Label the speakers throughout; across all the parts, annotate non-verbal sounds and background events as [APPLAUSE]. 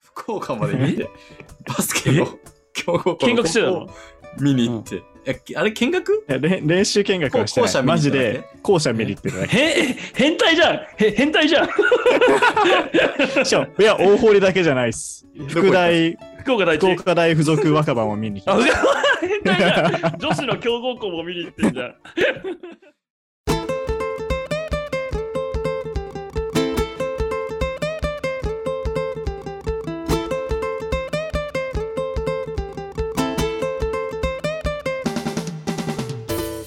Speaker 1: 福岡まで見て、バスケの強豪校
Speaker 2: 見学してた
Speaker 1: 高
Speaker 2: の
Speaker 1: 校見に行って。えあれ見学
Speaker 3: いやれん練習見学はして
Speaker 1: こう校舎
Speaker 3: な
Speaker 1: 見に行
Speaker 3: い。マ
Speaker 1: った
Speaker 3: ジ
Speaker 1: だけ
Speaker 3: で校舎見に行ってるだ
Speaker 2: へえ変態じゃんへ変態じゃん
Speaker 3: け。しかも、いや、大堀だけじゃないっす。
Speaker 1: どこ行
Speaker 3: 副
Speaker 1: った
Speaker 3: 大、
Speaker 2: 福岡大
Speaker 3: 福
Speaker 2: 地
Speaker 3: 岡大附属若葉も見に来
Speaker 2: あ [LAUGHS]
Speaker 3: た。
Speaker 2: 変態じゃん女子の強豪校も見に行ってんじゃん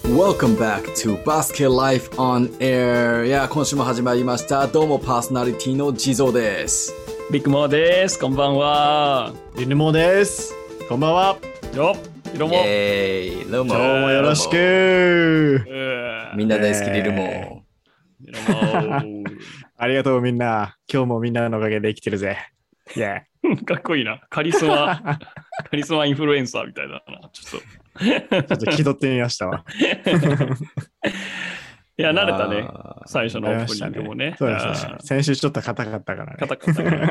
Speaker 1: ？Welcome back to Basket Life on Air。いや、今週も始まりました。どうもパーソナリティの地蔵です。
Speaker 2: ビッグモーですこんばんは
Speaker 3: 犬もです。こんばんは。
Speaker 2: よっ色
Speaker 1: イ
Speaker 2: も
Speaker 1: ェーイ、どうも。
Speaker 3: 今日もよろしく。
Speaker 2: うー
Speaker 1: みんな大好き、
Speaker 3: えー
Speaker 1: リルも。
Speaker 2: 色も [LAUGHS]
Speaker 3: ありがとうみんな。今日もみんなのおかげで生きてるぜ。いや。
Speaker 2: かっこいいなカリスマカリスマインフルエンサーみたいだなちょっと
Speaker 3: ちょっと気取ってみましたわ。
Speaker 2: いや慣れたね
Speaker 1: あー
Speaker 2: 最初のオ
Speaker 3: 慣れ
Speaker 2: ー
Speaker 3: ま
Speaker 2: プ
Speaker 3: し
Speaker 2: ニ
Speaker 3: た
Speaker 2: ングもね
Speaker 3: そうですそう
Speaker 2: あー
Speaker 3: です。先週ちょっと硬かったからね。
Speaker 2: 硬かったね。あーよ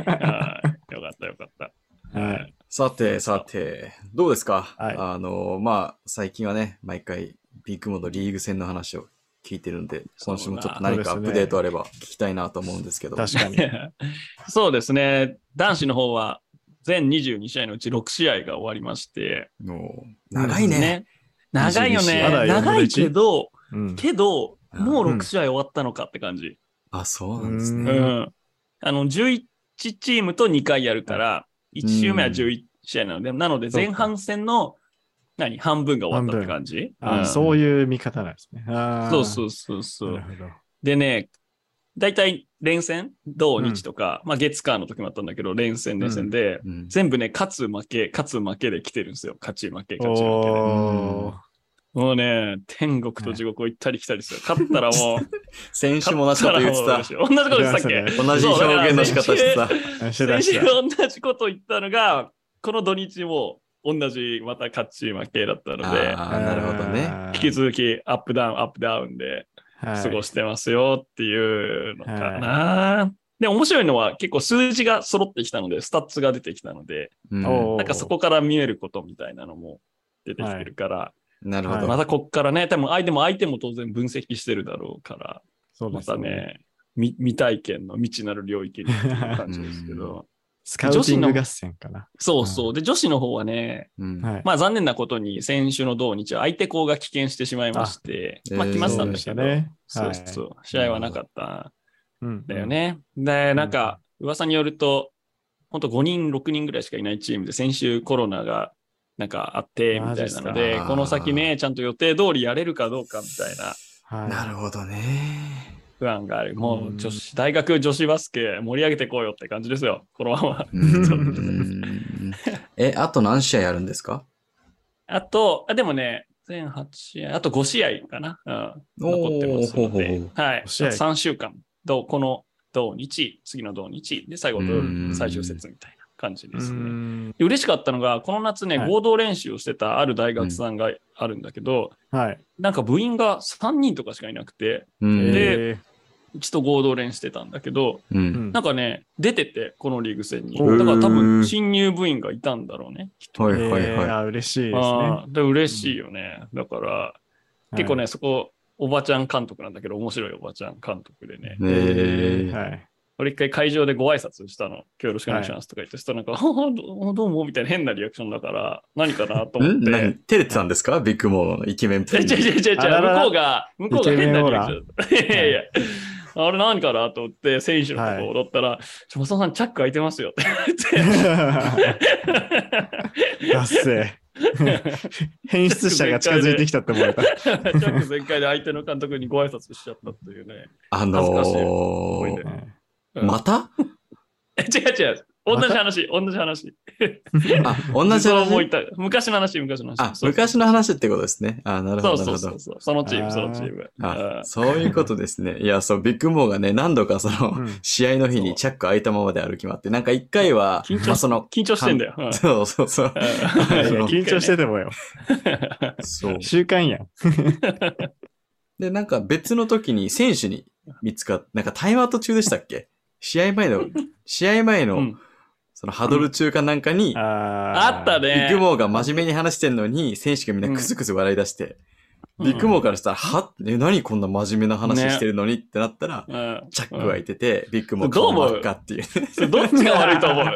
Speaker 2: かったよかった。 [LAUGHS]
Speaker 3: はい。
Speaker 1: さて、さて、どうですか、
Speaker 3: はい
Speaker 1: あの、まあ、最近はね、毎回、ビッグモードリーグ戦の話を聞いてるんで、今週もちょっと何かアッ
Speaker 3: そうですね
Speaker 1: プデートあれば聞きたいなと思うんですけど。
Speaker 3: 確かに。
Speaker 2: そうですね。男子の方は全22試合のうち6試合が終わりまして。
Speaker 1: もう長いね。
Speaker 2: 長いよね。
Speaker 3: まだ4分
Speaker 2: 長
Speaker 3: の
Speaker 2: い
Speaker 3: 一
Speaker 2: けど、
Speaker 3: うん。
Speaker 2: けど、
Speaker 1: うん
Speaker 2: もう6試合終わったのかって感じ。
Speaker 1: あ、そうなんです
Speaker 2: う
Speaker 1: ね。
Speaker 2: ん。
Speaker 3: う
Speaker 2: あの、11チームと2回やるから、1週目は11試合なので、なので前半戦の、何、半分が終わったって感じ。
Speaker 3: あ
Speaker 2: うん
Speaker 3: そういう見方なんですね。あー
Speaker 2: そうそうそうそう
Speaker 3: な。るほど。
Speaker 2: でね、大体連戦、土日とか、まあ月間の時もあったんだけど、連戦、連戦で、
Speaker 1: うん
Speaker 2: 全部ね、勝つ負け、勝つ負けで来てるんですよ。勝ち負け、勝ち負けで。
Speaker 3: おー
Speaker 2: もうね、天国と地獄を行ったり来たりする。勝ったら
Speaker 1: [LAUGHS]
Speaker 2: もう、
Speaker 1: 先週も同じ
Speaker 2: 勝
Speaker 1: こ
Speaker 2: った
Speaker 1: と
Speaker 2: ら
Speaker 1: 言っ
Speaker 2: もう
Speaker 1: てた。
Speaker 2: 同じこと言ってた
Speaker 1: 同
Speaker 3: 言ってまし
Speaker 2: っけ
Speaker 1: じ表現の仕方してた。
Speaker 3: あしてた
Speaker 2: 先
Speaker 3: して
Speaker 2: 週
Speaker 3: た
Speaker 2: 同じこと言ったのが、この土日も同じ、また勝ち負けだったので、
Speaker 1: あーなるほどね。
Speaker 3: あー
Speaker 2: 引き続きアップダウン、アップダウンで
Speaker 3: はい
Speaker 2: 過ごしてますよっていうのかな。で、面白いのは結構数字が揃ってきたので、スタッツが出てきたので、
Speaker 1: うん
Speaker 3: おー
Speaker 2: なんかそこから見えることみたいなのも出てきてるから、
Speaker 1: なるほ
Speaker 3: はい
Speaker 1: ど。
Speaker 2: またこっからね、多分相手も相手も当然分析してるだろうから、
Speaker 3: そうで
Speaker 2: ますたね、み未体験の未知なる領域にっていう感じですけど、
Speaker 3: スカウティング合戦かな。
Speaker 2: そうそう。で、女子の方はね、
Speaker 1: うん
Speaker 3: はい。
Speaker 2: まあ残念なことに先週の同日は相手校が棄権してしまいまして、
Speaker 1: あ
Speaker 2: まあ
Speaker 1: えー
Speaker 2: 来まし
Speaker 3: そ
Speaker 2: たん
Speaker 3: う
Speaker 2: で
Speaker 3: ですした
Speaker 2: けど、
Speaker 3: ね。
Speaker 2: そうそう、試合はなかった
Speaker 3: うん
Speaker 2: んだよ。ね。で、なんか、噂によると、本当5人、6人ぐらいしかいないチームで、先週コロナがなんかあって、み
Speaker 3: マジ
Speaker 2: た
Speaker 3: っ
Speaker 2: い
Speaker 3: す
Speaker 2: な
Speaker 3: か
Speaker 2: ので、この先ね、ちゃんと予定通りやれるかどうかみたいな
Speaker 3: はい
Speaker 1: なるほどね。
Speaker 2: 不安がある。も
Speaker 3: う
Speaker 2: う、
Speaker 3: ん
Speaker 2: 女子、大学女子バスケ盛り上げていこうよって感じですよ、このまま。 [LAUGHS]
Speaker 1: うんえ、あと何試合やるんですか
Speaker 2: あと、あでもね、全8試合、あと5試合かな。うん、残ってますの
Speaker 1: おーほう
Speaker 2: で
Speaker 1: ほう、
Speaker 2: はい、
Speaker 3: 5試合
Speaker 2: 3週間、どうこの土日、次の土日、で、最後土曜日
Speaker 1: うん
Speaker 2: 最終節みたいな感じ
Speaker 3: う
Speaker 2: ですね。
Speaker 3: ん。
Speaker 2: で嬉しかったのが、この夏ね、
Speaker 3: はい
Speaker 2: 合同練習をしてたある大学さんがあるんだけど、
Speaker 3: はい。
Speaker 2: なんか部員が3人とかしかいなくて、
Speaker 1: うん
Speaker 2: で
Speaker 3: え
Speaker 2: うちと合同練してたんだけど、
Speaker 1: う
Speaker 3: ー、うんん
Speaker 2: なんかね、出てて、このリーグ戦に。だ
Speaker 3: お
Speaker 2: から多
Speaker 1: う
Speaker 2: 分、
Speaker 1: ん
Speaker 2: 新入部員がいたんだろうね。
Speaker 1: はい
Speaker 3: え
Speaker 1: はい
Speaker 3: ー
Speaker 1: は
Speaker 3: あ嬉しいですね
Speaker 2: あ。あーで嬉しいよね。だから、結構ね、そこ、おばちゃん監督なんだけど、面白いおばちゃん監督でね
Speaker 1: い。。
Speaker 3: はい、
Speaker 1: えー
Speaker 3: はい。
Speaker 2: 俺一回会場でご挨拶したの。今日よろしくお願いしますとか言って、そしたらなんか、あどどう [LAUGHS] もみたいな変なリアクションだから、何かなと思っ
Speaker 1: ん何
Speaker 2: て。
Speaker 1: 照れてたんですかビッグモードのイケメン
Speaker 2: え
Speaker 1: プ
Speaker 2: [LAUGHS] 違う
Speaker 1: レイヤー
Speaker 2: 違う違う
Speaker 3: あららら
Speaker 2: 向こうが、向こうが変なリアクション。い
Speaker 3: ケメンオーラ
Speaker 2: やいやいや。あれ何かなと思って、選手のとこ踊ったら、ちょ、松尾さんチャック開いてますよって言われて。
Speaker 3: ダッセ
Speaker 2: [LAUGHS]
Speaker 3: ー変質者が近づいてきたって思われた。
Speaker 2: チャック全開で相手の監督にご挨拶しちゃったっていうね。 [LAUGHS]
Speaker 1: あの
Speaker 2: 恥ずかしい思い
Speaker 1: ー
Speaker 2: 出、 [LAUGHS] うん
Speaker 1: また
Speaker 2: え違う違う。同じ話、同じ話。
Speaker 1: あ、同じ
Speaker 2: そう思
Speaker 1: 話
Speaker 2: いた昔の話、昔の話。
Speaker 1: あ、
Speaker 2: そうそう
Speaker 1: 昔の話ってことですね。あ、なるほ
Speaker 2: そ
Speaker 1: ど
Speaker 2: う。
Speaker 1: なる
Speaker 2: そう
Speaker 1: ほ
Speaker 2: そ
Speaker 1: ど
Speaker 2: う。そう。そのチー
Speaker 3: あ
Speaker 2: ム、
Speaker 3: ー
Speaker 2: そのチーム。
Speaker 1: あ
Speaker 2: あー
Speaker 1: そういうことですね。いや、そう、ビッグモーがね、何度かその、
Speaker 3: うん
Speaker 1: 試合の日にチャック開いたままで歩き回って、なんか一回は、
Speaker 2: 緊張し
Speaker 1: まあ、その、
Speaker 2: 緊張してんだよ。うん
Speaker 1: そうそうそう。
Speaker 3: いや
Speaker 1: あの
Speaker 3: 緊張しててもよ。
Speaker 1: そう。
Speaker 3: 習慣やん。
Speaker 1: で、なんか別の時に選手
Speaker 2: [LAUGHS]
Speaker 1: に見つかっなんかタイムアウト中でしたっけ試合前の、試合前
Speaker 2: う
Speaker 1: の
Speaker 2: ん
Speaker 1: そのハドル中かなんかに、
Speaker 3: あ
Speaker 2: あった
Speaker 3: ね。
Speaker 2: ね。
Speaker 1: ビッグモーが真面目に話してんのに、選手がみんなクスクス笑い出して、ビッグモーからしたら、はえ、何こんな真面目な話してるのにってなったら、
Speaker 2: うん
Speaker 1: チャックが開いてて、ビッグモー
Speaker 2: どう思う
Speaker 1: かっていう。
Speaker 2: それどっちが悪いと思う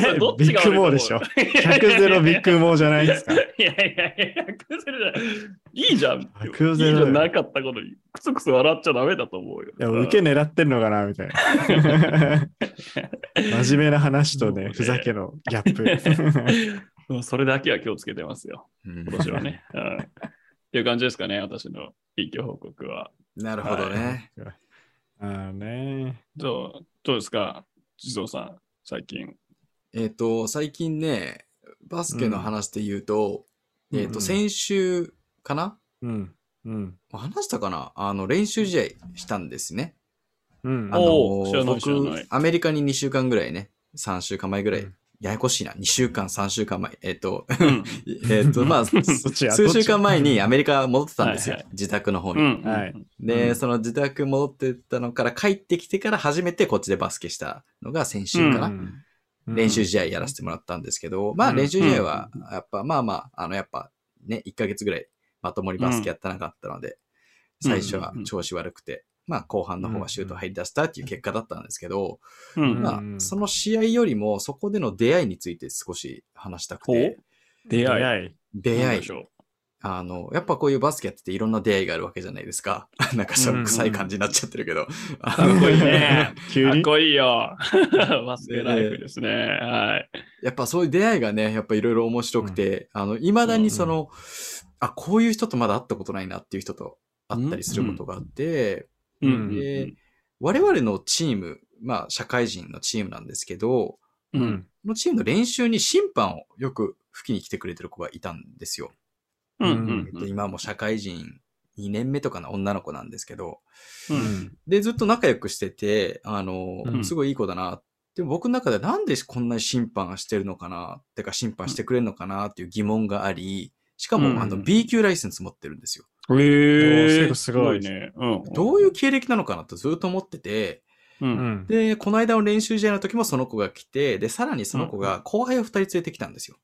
Speaker 2: それどっちが悪いと思う
Speaker 3: ビッグモーでしょ100ゼロビッグモーじゃないですか。
Speaker 2: [LAUGHS] いやいやいや、100ゼロじゃない。いいじゃん。い
Speaker 3: 100
Speaker 2: い
Speaker 3: ゼ
Speaker 2: じ
Speaker 3: ロ
Speaker 2: ゃなかったことに、くすくす笑っちゃダメだと思うよ。
Speaker 3: でも受け狙ってんのかなみたいな。真面目な話とね、ふざけのギャップ。
Speaker 2: [LAUGHS] うんそれだけは気をつけてますよ、
Speaker 1: うん
Speaker 2: 今年
Speaker 3: [LAUGHS]
Speaker 2: はね。うんっていう感じですかね、私の一挙報告は。
Speaker 1: [LAUGHS] なるほどね。
Speaker 3: あーね
Speaker 2: どうどうですか、地蔵さん、最近。
Speaker 1: えっと、最近ね、バスケの話で言うと、
Speaker 3: うん
Speaker 1: えっと、先週かな
Speaker 3: うん。うん。
Speaker 1: 話したかなあの、練習試合したんですね。
Speaker 3: うん。
Speaker 1: あの
Speaker 2: おー知らない知らない
Speaker 1: 僕、アメリカに2週間ぐらいね、3週間前ぐらい、
Speaker 3: うん
Speaker 1: ややこしいな、2週間、3週間前、えっ、と、
Speaker 2: うん
Speaker 1: えっと、まあ、
Speaker 3: っちや
Speaker 1: 数週間前にアメリカ戻ってたんですよ、
Speaker 2: はいは
Speaker 1: 自宅の方
Speaker 2: う
Speaker 1: に。
Speaker 2: ん
Speaker 3: はい
Speaker 1: で、
Speaker 3: うん
Speaker 1: その自宅戻ってったのから帰ってきてから初めてこっちでバスケしたのが先週かな。
Speaker 3: うん
Speaker 1: 練習試合やらせてもらったんですけど、まあ
Speaker 3: うん
Speaker 1: 練習試合は、やっぱ、まあまあ、あの、やっぱね、1ヶ月ぐらいまともにバスケやってなかったので、
Speaker 2: うん
Speaker 1: 最初は調子悪くて、まあ後半の方はシュート入り出したっていう結果だったんですけど、
Speaker 2: うん
Speaker 3: うん
Speaker 1: まあその試合よりもそこでの出会いについて少し話したくて、
Speaker 2: 出会い。
Speaker 3: 会い。
Speaker 1: 出
Speaker 2: なん
Speaker 1: 会
Speaker 2: で
Speaker 1: い
Speaker 2: し、ょ
Speaker 1: あの、やっぱこういうバスケやってていろんな出会いがあるわけじゃないですか。 [LAUGHS] なんかそ
Speaker 3: うんう
Speaker 1: の
Speaker 3: ん
Speaker 1: 臭い感じになっちゃってるけど。あ
Speaker 2: うかっこいい
Speaker 1: の
Speaker 2: ね。
Speaker 3: [LAUGHS] 急
Speaker 2: かっ
Speaker 3: に。
Speaker 2: こいいよ。 [LAUGHS] バスケライフですね。はい。
Speaker 1: やっぱそういう出会いがね、やっぱいろいろ面白くて、あの、未だにその、あ、こういう人とまだ会ったことないなっていう人と会ったりすることがあって、
Speaker 2: うん
Speaker 1: で我々のチーム、まあ社会人のチームなんですけど、
Speaker 2: う。
Speaker 3: うんん。
Speaker 1: このチームの練習に審判をよく吹きに来てくれてる子がいたんですよ。
Speaker 2: うん。う
Speaker 3: うん
Speaker 2: ん
Speaker 1: えっと、今もう社会人2年目とかの女の子なんですけど、
Speaker 2: う
Speaker 3: うんん。
Speaker 1: で、ずっと仲良くしてて、あの、
Speaker 3: うん
Speaker 1: すごいいい子だな。でも僕の中でなんでこんなに審判してるのかなてか審判してくれるのかなっていう疑問があり、しかも、
Speaker 2: うん
Speaker 1: あの B 級ライセンス持ってるんですよ。
Speaker 2: え
Speaker 3: おー
Speaker 2: ー、
Speaker 3: すごい
Speaker 2: ね。うん。
Speaker 1: どういう経歴なのかなってずっと思ってて、
Speaker 2: う。
Speaker 3: うんん。
Speaker 1: で、この間の練習試合の時もその子が来て、で、さらにその子が後輩を2人連れてきたんですよ。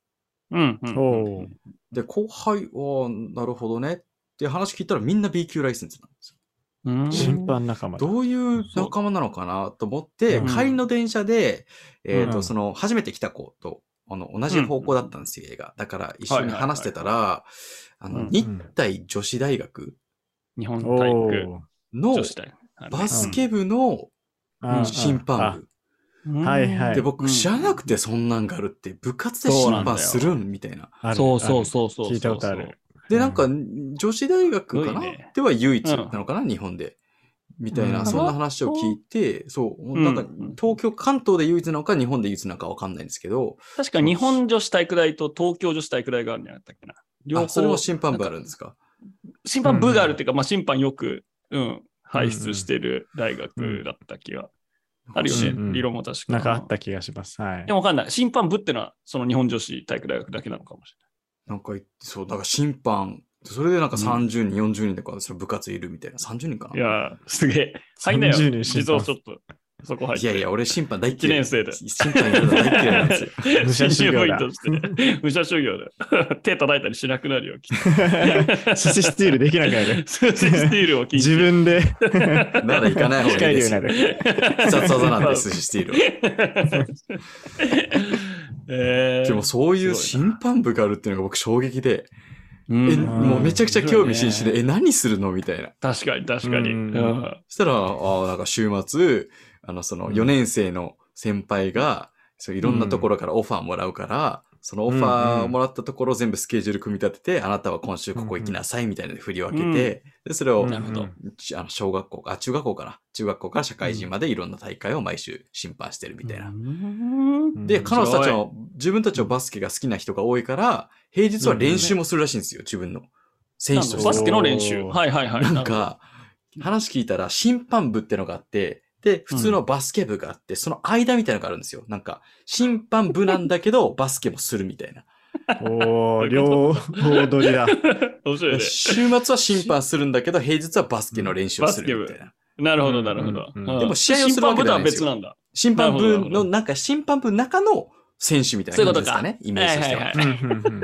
Speaker 2: うん。うん
Speaker 3: おー
Speaker 1: で、後輩、おーなるほどねって話聞いたらみんな B 級ライセンスなんですよ。
Speaker 2: うん
Speaker 3: 審判仲間だ。
Speaker 1: どういう仲間なのかなと思って、
Speaker 3: うん
Speaker 1: 帰りの電車で、えっ、
Speaker 3: う
Speaker 1: と、
Speaker 3: ん
Speaker 1: その、初めて来た子と、あの、同じ方向だったんですよ、映画。だから、一緒に話してたら、あ
Speaker 2: うん
Speaker 1: の、
Speaker 2: うん
Speaker 1: 日体女子大学
Speaker 2: 日本
Speaker 3: お
Speaker 2: 体育
Speaker 3: ー
Speaker 1: の
Speaker 2: 女子大学。
Speaker 1: バスケ部の
Speaker 3: あー
Speaker 1: 審
Speaker 3: あ
Speaker 1: 判
Speaker 2: うん
Speaker 3: はいは
Speaker 1: 部。
Speaker 3: い
Speaker 1: で、僕知らなくてそんなんがあるって、部活で審判するんみたいな。
Speaker 3: ある
Speaker 2: そうそうそうそう。
Speaker 3: 聞いたことある。
Speaker 1: で、なんか
Speaker 3: う、
Speaker 1: 女子大学かな
Speaker 2: すごいね
Speaker 1: では唯一なのかな日本で。みたいな、
Speaker 3: うん
Speaker 1: そんな話を聞いて、そう、なんか
Speaker 2: うん、
Speaker 1: 東京、関東で唯一なのか、日本で唯一なのかわかんないんですけど、
Speaker 2: 確か日本女子体育大と東京女子体育大があるんじゃなかったっけな。両
Speaker 1: あ、
Speaker 2: 方。
Speaker 1: それも審判部あるんですか
Speaker 2: 審判部があるっていうか、まあ審判よく、うん、輩出してる大学だった気が。あるよ
Speaker 3: うんう
Speaker 2: ね。
Speaker 3: ん
Speaker 2: 理論も確か。
Speaker 3: なんかあった気がします。はい
Speaker 2: で。もわかんない。審判部ってのは、その日本女子体育大学だけなのかもし
Speaker 1: なんかい、そう、だから審判、それでなんか30人、40人とか、その部活いるみたいな、30人かな
Speaker 2: れない。いやー、すげえ。入んなよ。
Speaker 3: 30人
Speaker 2: 地
Speaker 3: 審判
Speaker 2: 蔵ちょっと、そこ入っ
Speaker 1: いや
Speaker 2: て。
Speaker 1: いや、俺審判大
Speaker 2: 一
Speaker 1: 嫌い。
Speaker 2: 年生で
Speaker 1: 審判やるの大嫌いなん
Speaker 2: [LAUGHS]
Speaker 1: ですよ。
Speaker 3: 武者修行だ [LAUGHS]
Speaker 2: 新入部員として。武者修行だ。手叩いたりしなくなるよ、きっ
Speaker 3: [LAUGHS]
Speaker 2: と。
Speaker 3: 寿
Speaker 2: [LAUGHS]
Speaker 3: 司スティールできなくなる。
Speaker 2: スーススティールを聞い
Speaker 3: 自分で
Speaker 1: なら行かない方
Speaker 3: 控
Speaker 1: がいいで
Speaker 3: えるように
Speaker 1: す
Speaker 3: な
Speaker 1: よ。
Speaker 3: る。
Speaker 1: [LAUGHS] 必殺技なんで。す、している。
Speaker 2: [LAUGHS] えー、
Speaker 1: でもそういう
Speaker 2: すごいな
Speaker 1: 審判部があるっていうのが僕衝撃で、
Speaker 2: うん
Speaker 1: え、もうめちゃくちゃ興味津々
Speaker 2: 面白いね
Speaker 1: で、え、何するのみたいな。
Speaker 2: 確かに、確かに。
Speaker 3: うん
Speaker 2: うん
Speaker 1: そしたら、ああ、なんか週末、あの、その
Speaker 3: うん
Speaker 1: 4年生の先輩が、そういろんなところからオファーもらうから、そのオファーをもらったところを全部スケジュール組み立てて、あなたは今週ここ行きなさいみたいなので振り分けて、
Speaker 2: うん
Speaker 1: で、それを、
Speaker 2: なるほど
Speaker 1: ちあの小学校か、あ中学校かな。中学校から社会人までいろんな大会を毎週審判してるみたいな。
Speaker 2: うん
Speaker 1: で、
Speaker 3: うん
Speaker 1: 彼女たちも、自分たちのバスケが好きな人が多いから、平日は練習もするらしいんですよ、自分の。選手と
Speaker 3: う
Speaker 1: して。
Speaker 2: バスケの練習。はいはいはい。
Speaker 1: なんか、話聞いたら審判部ってのがあって、で、普通のバスケ部があって、その間みたいなのがあるんですよ。なんか、審判部なんだけど、バスケもするみたいな。
Speaker 3: おー、両方取
Speaker 2: [LAUGHS]
Speaker 3: りだ。
Speaker 2: [LAUGHS] 面白いね。
Speaker 1: 週末は審判するんだけど、平日はバスケの練習をするみたいな。
Speaker 2: なるほど、なるほど。
Speaker 3: うんうんうん
Speaker 1: でも試合をするわけではないんですよ
Speaker 2: 審判部とは
Speaker 1: 審判部
Speaker 2: 別なんだ。なるほどなるほ
Speaker 1: の、
Speaker 2: ど
Speaker 1: なんか審判部の中の選手みたいな感じですかね、イメージとしては。
Speaker 2: はいはいは
Speaker 3: う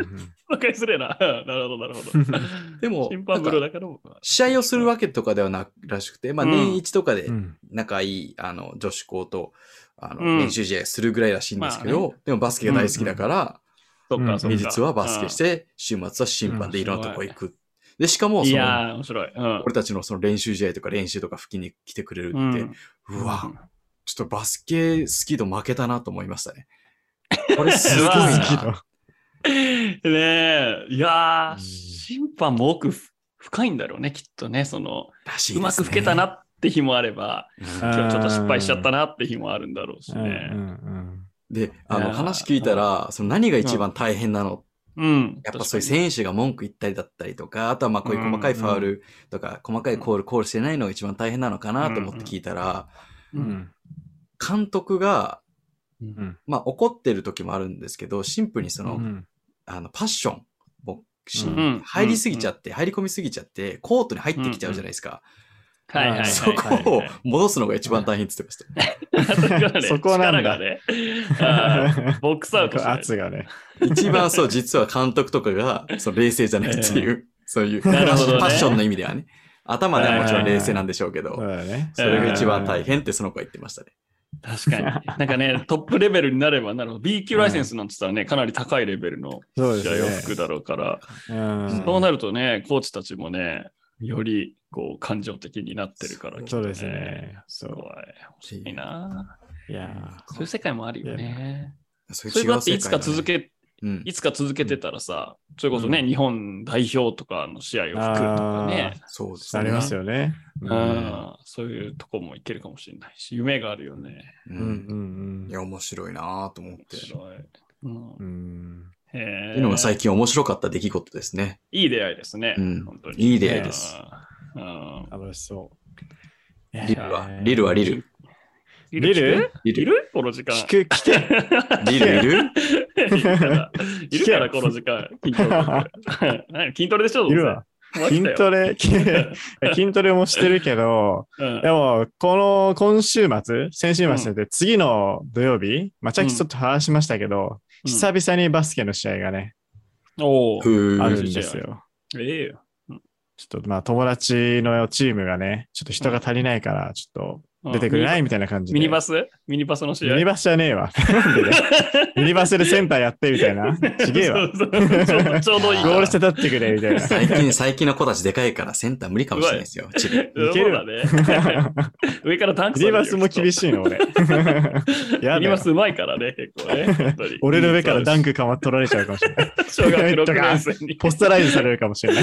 Speaker 2: わかりづれえな。うんなるほど、なるほど。
Speaker 1: [LAUGHS] でも、
Speaker 2: 審判部
Speaker 1: な
Speaker 2: の
Speaker 1: んか
Speaker 2: 中の。
Speaker 1: 試合をするわけとかではなくらしくて、まあ
Speaker 2: うん
Speaker 1: 年一とかで
Speaker 3: ん
Speaker 1: 仲いい、あの、女子校と、あの、
Speaker 2: うん
Speaker 1: 練習試合するぐらいらしいんですけど、
Speaker 2: ま
Speaker 1: でもバスケが大好きだから、
Speaker 2: そっ
Speaker 3: う
Speaker 2: か、
Speaker 3: ん
Speaker 2: そっか。
Speaker 1: 平日はバスケして、週末は審判でいろんなとこ行く。で、しか
Speaker 2: う
Speaker 1: も、
Speaker 2: ん。い
Speaker 1: その、
Speaker 2: やー、面白い。うん
Speaker 1: 俺たちのその練習試合とか練習とか吹きに来てくれるって、う
Speaker 2: うん
Speaker 1: わ、ちょっとバスケ好き度負けたなと思いました
Speaker 2: [LAUGHS]
Speaker 1: ね。これすごい
Speaker 2: バ
Speaker 3: スケ
Speaker 1: な
Speaker 3: 度。
Speaker 2: ねえ、いや
Speaker 3: う
Speaker 2: ー、
Speaker 3: ん
Speaker 2: 審判も奥ふ深いんだろうね、きっとね。その、
Speaker 1: らしいですね
Speaker 2: うまく吹けたな。って日もあれば、
Speaker 1: うん
Speaker 3: あ
Speaker 2: 今日ちょっと失敗しちゃったなって日もあるんだろうし
Speaker 3: うん
Speaker 2: ね。
Speaker 1: で、あ
Speaker 2: いや
Speaker 1: の
Speaker 2: ー
Speaker 1: 話聞いたら、その何が一番大変なの
Speaker 2: うん。
Speaker 1: やっぱそういう
Speaker 2: 確
Speaker 1: 選手が文句言ったりだったりとか、あとはまあこういう細かいファウルとか、細かいコール、コールしてないのが一番大変なのかなと思って聞いたら、
Speaker 2: かにうん
Speaker 1: 監督が、
Speaker 2: うん
Speaker 1: まあ怒ってる時もあるんですけど、シンプルにその、
Speaker 3: [LAUGHS]
Speaker 1: あの、パッションをし
Speaker 2: うん
Speaker 1: 入りすぎちゃって、入り込みすぎちゃって、コートに入ってきちゃうじゃないですか。
Speaker 2: はいはいはいはい。
Speaker 1: そこを戻すのが一番大変って言ってました。
Speaker 2: [LAUGHS] そ
Speaker 3: そ
Speaker 2: こ
Speaker 3: こ
Speaker 2: な
Speaker 3: なんんだ
Speaker 2: だ。力がね、あーボックスアウトしない
Speaker 3: 圧がね。
Speaker 1: 一番そう、実は監督とかが、その冷静じゃないっていう、そういう、
Speaker 2: なるほどね
Speaker 1: パッションの意味ではね。頭ではもちろん冷静なんでしょうけど、
Speaker 3: そうだね。
Speaker 1: それが一番大変ってその子は言ってましたね。
Speaker 2: 確かに。なんかね、トップレベルになればなるほど、B 級ライセンスなんて言ったらね、かなり高いレベルの
Speaker 3: そう
Speaker 2: 試合を
Speaker 3: で
Speaker 2: 吹
Speaker 3: す
Speaker 2: く
Speaker 3: ね。
Speaker 2: だろうから、
Speaker 3: うん
Speaker 2: そうなるとね、コーチたちもね、よりこう感情的になってるから、きっと
Speaker 3: そうです。ね。そ
Speaker 2: 怖い。面白いな。
Speaker 3: う。いや
Speaker 2: そういう世界もあるよね。
Speaker 1: そ
Speaker 2: それだっていつか続
Speaker 1: け、
Speaker 2: け、
Speaker 1: うん
Speaker 2: いつか続けてたらさ、それこそね、日本代表とかの試合を吹くとかね。
Speaker 1: そうです
Speaker 3: ー、あります
Speaker 1: よ。
Speaker 3: よね。
Speaker 2: う
Speaker 3: うんん
Speaker 2: そういうとこもいけるかもしれないし、夢があるよね。
Speaker 1: う
Speaker 3: うん
Speaker 1: ん。
Speaker 3: うん
Speaker 1: いや、面白いなぁと思って。
Speaker 2: 面白い。う
Speaker 3: う
Speaker 2: ん
Speaker 3: んうん。
Speaker 2: へ
Speaker 1: と
Speaker 2: ー
Speaker 1: いうのが最近面白かった出来事ですね。
Speaker 2: いい出会いですね。
Speaker 1: うん
Speaker 2: 本当に
Speaker 1: いい出会いです。
Speaker 2: うん
Speaker 3: 楽しそう。
Speaker 1: リルは、リルはリル。
Speaker 2: い
Speaker 3: リル
Speaker 1: リ
Speaker 2: い
Speaker 1: ル、
Speaker 2: るこの時間。
Speaker 3: 聞く、聞け。
Speaker 1: リルいる
Speaker 2: いるからいるから、
Speaker 3: 聞
Speaker 2: この時間。筋トレ何筋トレでしょ
Speaker 3: いるわ。
Speaker 2: [LAUGHS]
Speaker 3: 筋ト
Speaker 2: レ。
Speaker 3: レ、
Speaker 2: [LAUGHS]
Speaker 3: 筋トレもしてるけど、
Speaker 2: うん
Speaker 3: でも、この今週末、先週末で次の土曜日、まあ、さっきちょっと話しましたけど、
Speaker 2: うん
Speaker 3: 久々にバスケの試合がね、
Speaker 2: おー
Speaker 1: ふ
Speaker 3: あ
Speaker 1: ー
Speaker 3: るんですよ。
Speaker 2: ええよ。
Speaker 3: ちょっとまあ友達のチームがね、ちょっと人が足りないから、ちょっ
Speaker 2: う
Speaker 3: と
Speaker 2: ん
Speaker 3: 出てくれないみたいな感じで。
Speaker 2: ミニバスミニバスの試合
Speaker 3: ミニバスじゃねえわ。なんでだよミニバスでセンターやってみたいな。ちげえわ。
Speaker 2: そうそうちょうどちょうどいい
Speaker 3: ゴ
Speaker 2: から。
Speaker 3: ールして立ってくれみたい
Speaker 2: [LAUGHS]
Speaker 3: な。
Speaker 1: 最近、最近の子たちでかいからセンター無理かもしれないです
Speaker 3: [LAUGHS]
Speaker 1: よ。チリ
Speaker 2: うん
Speaker 3: いける
Speaker 2: そう
Speaker 3: [LAUGHS]
Speaker 2: だね。上からダンク
Speaker 3: ミニバスも厳
Speaker 2: し
Speaker 3: しいの、
Speaker 2: [LAUGHS]
Speaker 3: 俺。
Speaker 2: い。ミ
Speaker 3: やだ
Speaker 2: ニ
Speaker 3: よ。
Speaker 2: バ。スうまいからね、結構ね本当に
Speaker 3: [LAUGHS] 俺の上からダンクかま取られちゃうかもしれない。
Speaker 2: 小学6年生
Speaker 3: [LAUGHS]
Speaker 2: に。
Speaker 3: ポスタライズされるかもしれな